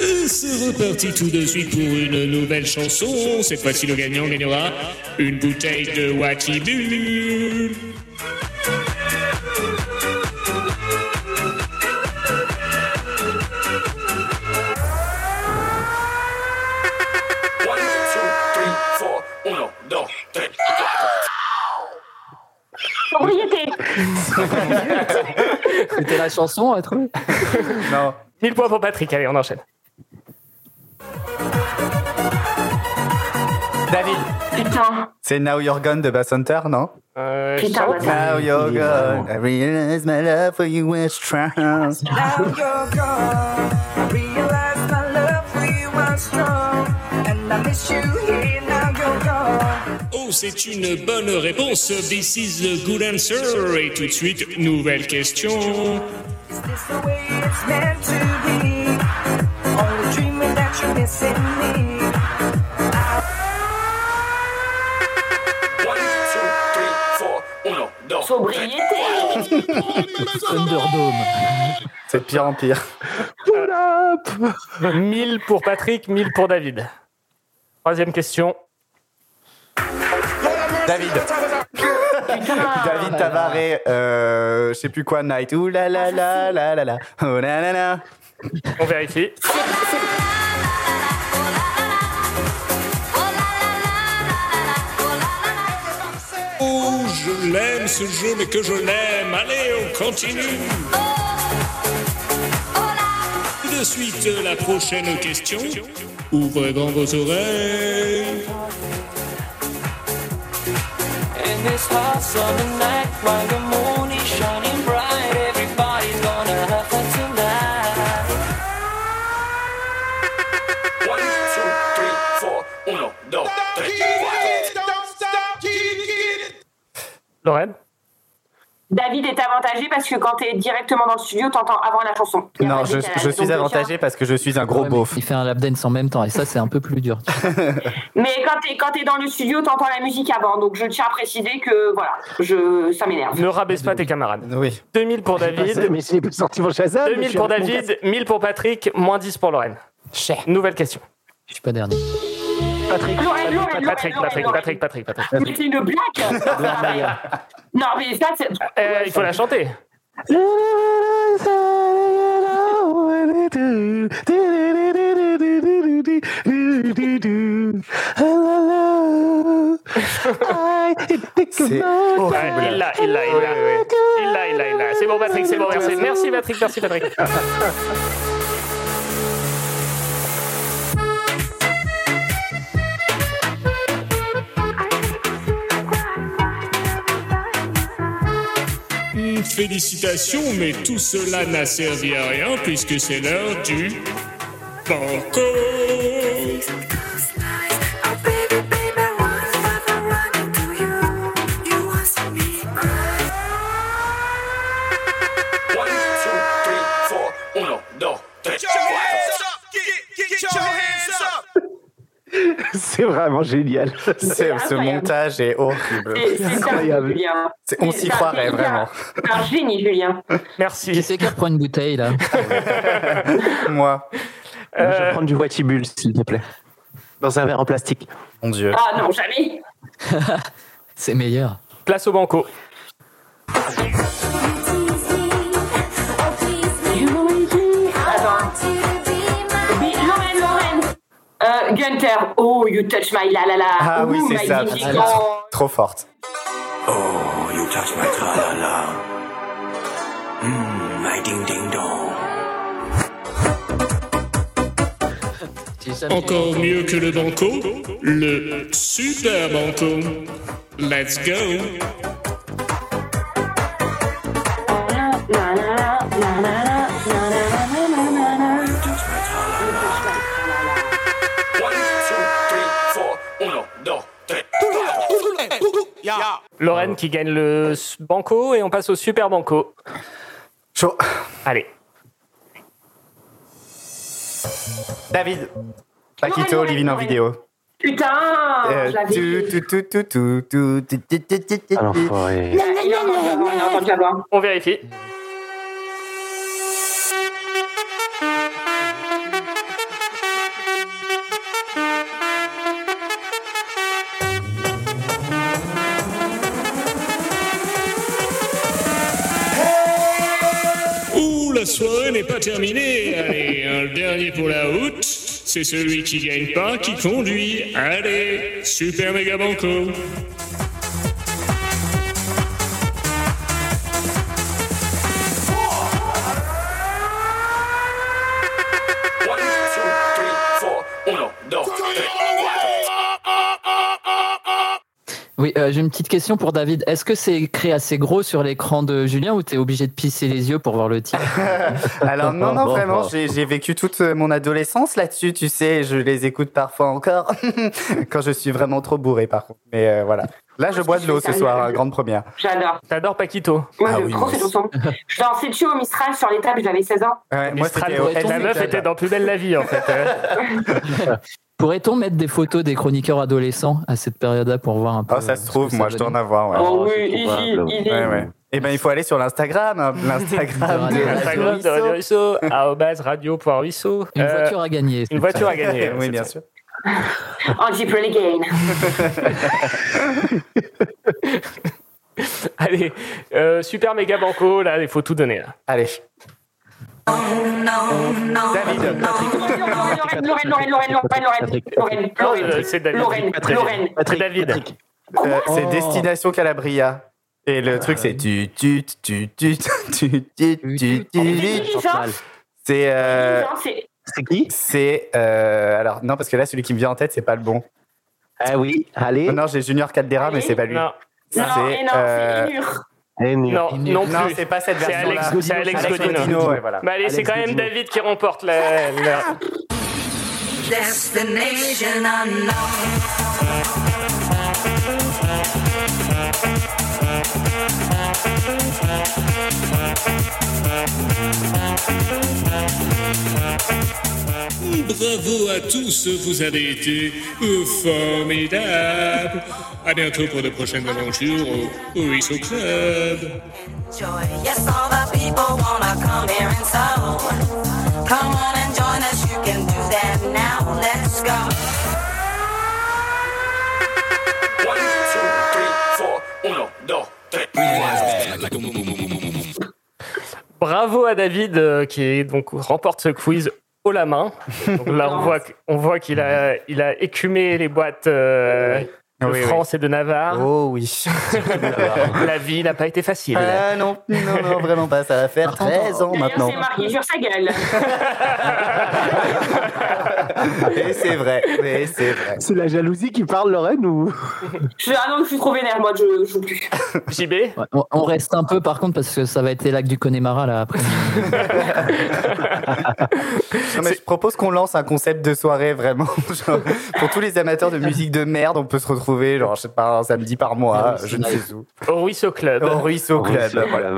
M: Et c'est reparti tout de suite pour une nouvelle chanson. Cette fois-ci, le gagnant gagnera une bouteille de Wakibu.
F: C'était la chanson à trouver.
C: non. 1000 points pour Patrick, allez, on enchaîne.
D: David,
I: Putain.
D: c'est Now You're Gone de Bass Hunter, non
C: Euh,
I: Putain,
C: Charlotte,
I: bâtard.
D: Now You're
H: Il est
D: Gone,
H: vraiment-
D: I realize my love for you is strong.
N: Now you're gone. I realize my love for you was strong. And I miss you here, now you're gone.
M: Oh, c'est une bonne réponse. This is the good answer. Et tout de suite, nouvelle question.
N: Is this the way it's meant to be? Only dreaming that you're missing me.
I: Sobriété.
F: Thunderdome.
D: C'est de pire en pire.
C: 1000 pour Patrick, 1000 pour David. Troisième question.
D: David.
I: Ah,
D: David Tavaré, euh, je sais plus quoi, Night. Ouh là
I: Ah,
D: là là là là là. Oh là là là.
C: On vérifie.
M: Oh, je l'aime ce jeu, mais que je l'aime. Allez, on continue. Tout de suite, la prochaine question. Ouvrez grand vos oreilles.
J: In this hot summer night, while the moon is shining bright, everybody's gonna have fun tonight.
C: Lorraine
I: David est avantagé parce que quand t'es directement dans le studio, t'entends avant la chanson. Il y a
D: Non,
I: pas de
D: je,
I: décalage.
D: je
I: Donc,
D: suis
I: le
D: avantagé parce que je suis un gros
F: Ouais, mais
D: beauf.
F: Il fait un lap dance en même temps et ça, c'est un peu plus dur.
I: Mais quand t'es quand t'es dans le studio, t'entends la musique avant. Donc je tiens à préciser que voilà, je ça m'énerve.
C: Ne rabaisse pas tes camarades.
D: Oui.
C: 2000 pour
H: Passé,
C: David,
H: Mais je n'ai plus sorti mon Shazam. je
C: 2000
H: suis
C: pour
H: avec mon
C: David, 1000 pour Patrick, moins 10 pour Lorraine.
D: Cher.
C: Nouvelle question.
F: Je suis pas dernier.
H: Patrick.
I: Lorraine, Lorraine, Lorraine,
C: Patrick,
I: Lorraine,
C: Patrick,
I: Lorraine.
C: Patrick, Patrick, Patrick.
I: Mais c'est une blague. non mais ça c'est.
C: Euh, il faut la chanter.
D: C'est
C: Ouais, il l'a, il l'a, il l'a. Il l'a, il l'a, il l'a. C'est bon, Patrick, c'est bon, merci. Merci, Patrick, merci, Patrick.
M: Hmm, Félicitations, mais tout cela n'a servi à rien puisque c'est l'heure du Banco.
H: C'est vraiment génial.
D: C'est- ce montage est horrible.
I: C'est c'est dingue, Julien.
D: C'est- On s'y croirait vraiment.
I: T'es un génie, Julien.
F: Qui
C: Merci.
F: c'est qui reprend une bouteille là
D: Moi,
H: Je vais prendre du Watibul, s'il te plaît. Dans un verre en plastique.
D: mon Dieu.
I: Ah non, jamais.
F: C'est meilleur.
C: Place au banco.
I: Attends. Oui, Lorraine, Lorraine. Euh, Gunther, oh, you touch my la la la.
D: Ah oui,
I: Ooh,
D: c'est
I: my
D: ça.
I: dick is
D: putain.
I: gone.
D: Trop forte.
G: Oh, you touch my tralala. Mmm, my ding ding dong.
M: Encore mieux que le banco, le super banco. Let's go.
I: Na, na, na, na, na, na, na, na, na, na, na, na.
C: Lorraine qui gagne le s- banco et on passe au super banco.
D: Chaud.
C: Allez.
D: David. Paquito,
I: Lorraine,
D: Living en
I: Lorraine.
D: vidéo.
I: Putain,
D: Euh,
I: je l'avais
D: tout,
I: dit.
D: tout, tout, tout, tout, tout, tout, tout, tout, tout, tout.
H: Ah, l'enfoiré.
I: Ah, Il est entendu avant, il est entendu avant.
C: On vérifie.
M: Ouh, la soirée n'est pas terminée. Allez, un dernier pour la route. C'est celui qui gagne pas qui conduit. Allez, super méga banco.
F: Oui, euh, j'ai une petite question pour David. Est-ce que c'est écrit assez gros sur l'écran de Julien ou t'es obligé de pisser les yeux pour voir le titre
D: Alors non, non, vraiment, j'ai j'ai vécu toute mon adolescence là-dessus, tu sais, je les écoute parfois encore, quand je suis vraiment trop bourré par contre. Mais euh, voilà. Là, je bois de l'eau ce soir, hein, grande première.
I: J'adore.
C: T'adores Paquito
I: Moi,
D: Ah
I: je
D: oui,
I: crois
D: moi
I: cette chanson. Je dansais dessus au Mistral sur les tables, j'avais 16 ans.
D: Ouais, moi, c'était euh, au
C: ta meuf était dans Plus belle la vie, en fait. hein.
F: Pourrait-on mettre des photos des chroniqueurs adolescents à cette période-là pour voir un peu
D: Oh, ça se
F: euh,
D: trouve,
F: ce que
D: moi,
F: ça
D: je dois
F: donne
D: en avoir. Ouais.
I: Oh oui, easy, easy.
D: Ouais, ouais. Eh ben, il faut aller sur l'Instagram, hein, l'Instagram de
C: Instagram de Radio Russo, arobase radio.russo.
F: Une
C: Euh,
F: voiture à gagner.
C: Une voiture à gagner. hein,
D: Oui,
C: c'est
D: bien
C: ça.
D: sûr.
I: Anti-Pearl Gain.
C: Allez, euh, super méga banco, là, il faut tout donner. là.
D: Allez.
I: David, Lorraine, Lorraine, Lorraine, Lorraine, Lorraine, Lorraine, Lorraine,
C: Euh, c'est David.
I: Lorraine,
C: Patrick.
I: Lorraine.
C: C'est David.
D: Euh, C'est
F: Oh.
D: Destination Calabria. Et le truc, c'est tu, tu, tu, tu, tu, tu, tu, tu, tu. C'est. euh,
I: Non, c'est-
H: C'est qui
D: C'est. euh, alors, non, parce que là, celui qui me vient en tête, c'est pas le bon.
H: Ah oui, allez.
D: Non, non, j'ai Junior Caldera, mais c'est pas lui.
C: Non,
I: Non,
D: C'est,
I: et non,
D: euh,
I: c'est Inur.
H: Eh, mais-
C: non, non
D: Non,
C: plus.
D: c'est pas cette
C: C'est
D: version-là.
C: Alex- c'est Alex Godino.
D: ouais, voilà.
C: Bah allez, c'est
D: Alex
C: quand même
D: Godino.
C: David qui remporte la. la-
J: Destination unknown.
M: Bravo à tous, vous avez été euh, formidables. À bientôt pour de prochaines aventures au, au Russo Club.
J: Joy. Yes, all the people wanna come here and so. Come on and join us, you can do that now. Let's go.
C: Bravo à David euh, qui donc remporte ce quiz haut la main. Donc là, on voit, qu- on voit qu'il a, il a écumé les boîtes euh, de
D: Oui, oui.
C: France et de Navarre.
D: Oh oui.
C: La vie n'a pas été facile.
D: Ah non, non, non, vraiment pas. Ça va faire 13 ans
I: D'ailleurs,
D: maintenant.
I: c'est marqué sur sa gueule.
D: Et c'est vrai. Et c'est vrai.
H: C'est la jalousie qui parle, Lorraine ou
I: Je- Ah non, je suis trop vénère, moi, je je joue plus.
C: JB,
F: Ouais, on, on reste un peu par contre parce que ça va être les lacs du Connemara là après.
D: Non, mais je propose qu'on lance un concept de soirée vraiment. genre, pour tous les amateurs de musique de merde, on peut se retrouver, genre, je sais pas, un samedi par mois,
F: Ah oui,
D: je ne sais où.
C: au Russo Club.
D: Au Ruisseau Club. voilà.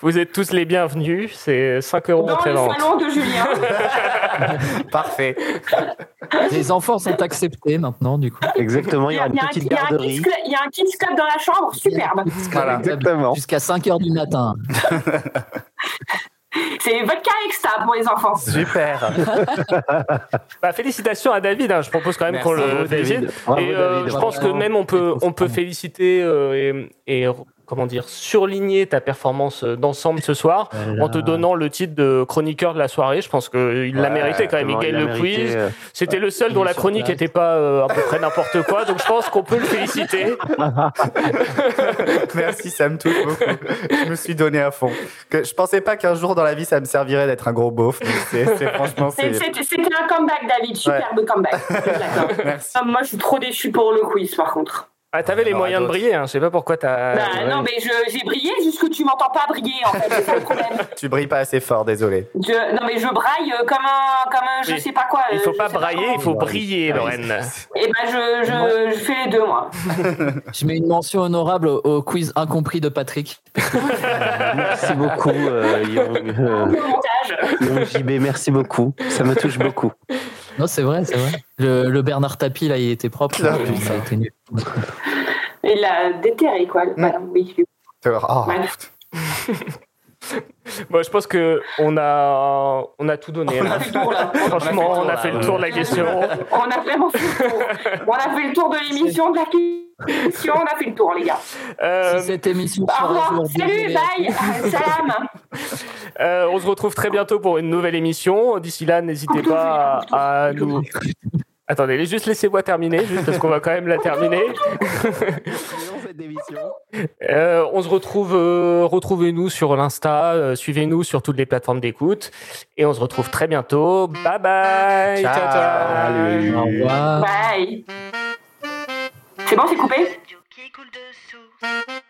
C: Vous êtes tous les bienvenus. C'est 5 euros
H: bah,
I: Dans
C: en
I: le
C: vente
I: salon de Julien.
D: Parfait.
F: les enfants sont acceptés maintenant du coup.
H: Exactement, il
I: Il
H: y
I: y a
H: aura
I: il
H: une
I: y a un il
H: petite
I: y a un
H: garderie.
I: kids club- il y a un kids club dans la chambre, superbe.
D: Voilà.
H: Exactement.
F: Jusqu'à 5h du matin.
I: C'est vodka extra pour les enfants.
D: Super.
C: Bah, félicitations à David. hein. Je propose quand même
D: Merci.
C: qu'on le
H: Bravo, David.
C: félicite.
H: Bravo,
C: et euh,
H: David.
C: je pense que
F: Bravo.
C: même on peut, on peut féliciter euh, et, et, comment dire surligner ta performance euh, d'ensemble ce soir en te donnant le titre de chroniqueur de la soirée. Je pense qu'il l'a
H: Ouais,
C: mérité quand même. Il
H: vraiment,
C: gagne
H: il
C: le
H: l'a mérité,
C: quiz.
H: euh,
C: C'était le seul
F: il
C: dont
F: est
C: la
F: sur
C: chronique
F: place.
C: n'était pas euh, à peu près n'importe quoi. Donc je pense qu'on peut le féliciter.
D: Merci, ça me touche beaucoup. Je me suis donné à fond. Que, je pensais pas qu'un jour dans la vie, ça me servirait d'être un gros beauf. mais C'est c'est- franchement,
I: C'est-
D: c'est.
I: c'est- C'était un comeback, David. Superbe comeback. D'accord.
D: Merci.
I: Ah, Moi, je suis trop déçu pour le quiz, par contre.
C: Ah, t'avais les
D: Alors,
C: moyens de
D: d'autres.
C: briller. Hein. Je sais pas pourquoi
H: Ah,
C: t'as.
I: Bah,
C: t'as-
I: non, mais je- j'ai brillé, juste que tu m'entends pas briller, en fait. C'est ça le problème.
D: Tu brilles pas assez fort, désolé.
I: Je- non, mais je braille euh, comme un, comme un je
C: Oui.
I: sais pas quoi.
C: Il
I: euh,
C: faut
I: je
C: pas
I: sais
C: brailler,
I: comment.
C: il faut briller, Lorraine.
I: Eh ben, je, je, je fais les deux, moi.
F: Je mets une mention honorable au, au quiz incompris de Patrick.
H: Merci beaucoup, euh, Young,
I: Au
H: euh,
I: montage.
H: Young JB. Merci beaucoup. Ça me touche beaucoup.
F: Non c'est vrai, c'est vrai. Le, le Bernard Tapie là il était propre.
D: Putain,
F: mais on a
D: putain.
F: été nuls.
I: Il a déterré, quoi.
H: Mm.
I: le- bah, oui.
D: Oh,
I: Ouais.
C: Bon, je pense que on a, on a tout donné. là.
I: On a fait le tour, là.
C: Franchement, on a
D: là,
C: fait le
D: ouais.
C: tour de la question.
I: On a vraiment fait le tour. On a fait le tour de l'émission, de la question. On a fait le tour, les gars.
C: Euh,
F: Si cette émission
I: Au
F: sort un
I: revoir.
F: jour,
I: Salut,
F: désolé.
I: bye. Salam.
C: euh, on se retrouve très bientôt pour une nouvelle émission. D'ici là, n'hésitez pas à, à nous. Attendez, juste laissez-moi terminer, juste parce qu'on va quand même la terminer. Euh, on se retrouve, euh, retrouvez-nous sur l'Insta, euh, suivez-nous sur toutes les plateformes d'écoute, et on se retrouve très bientôt. Bye bye.
D: Ciao.
F: Au revoir. Euh.
I: Bye. C'est bon, c'est coupé
J: You kick
O: qui coule dessous.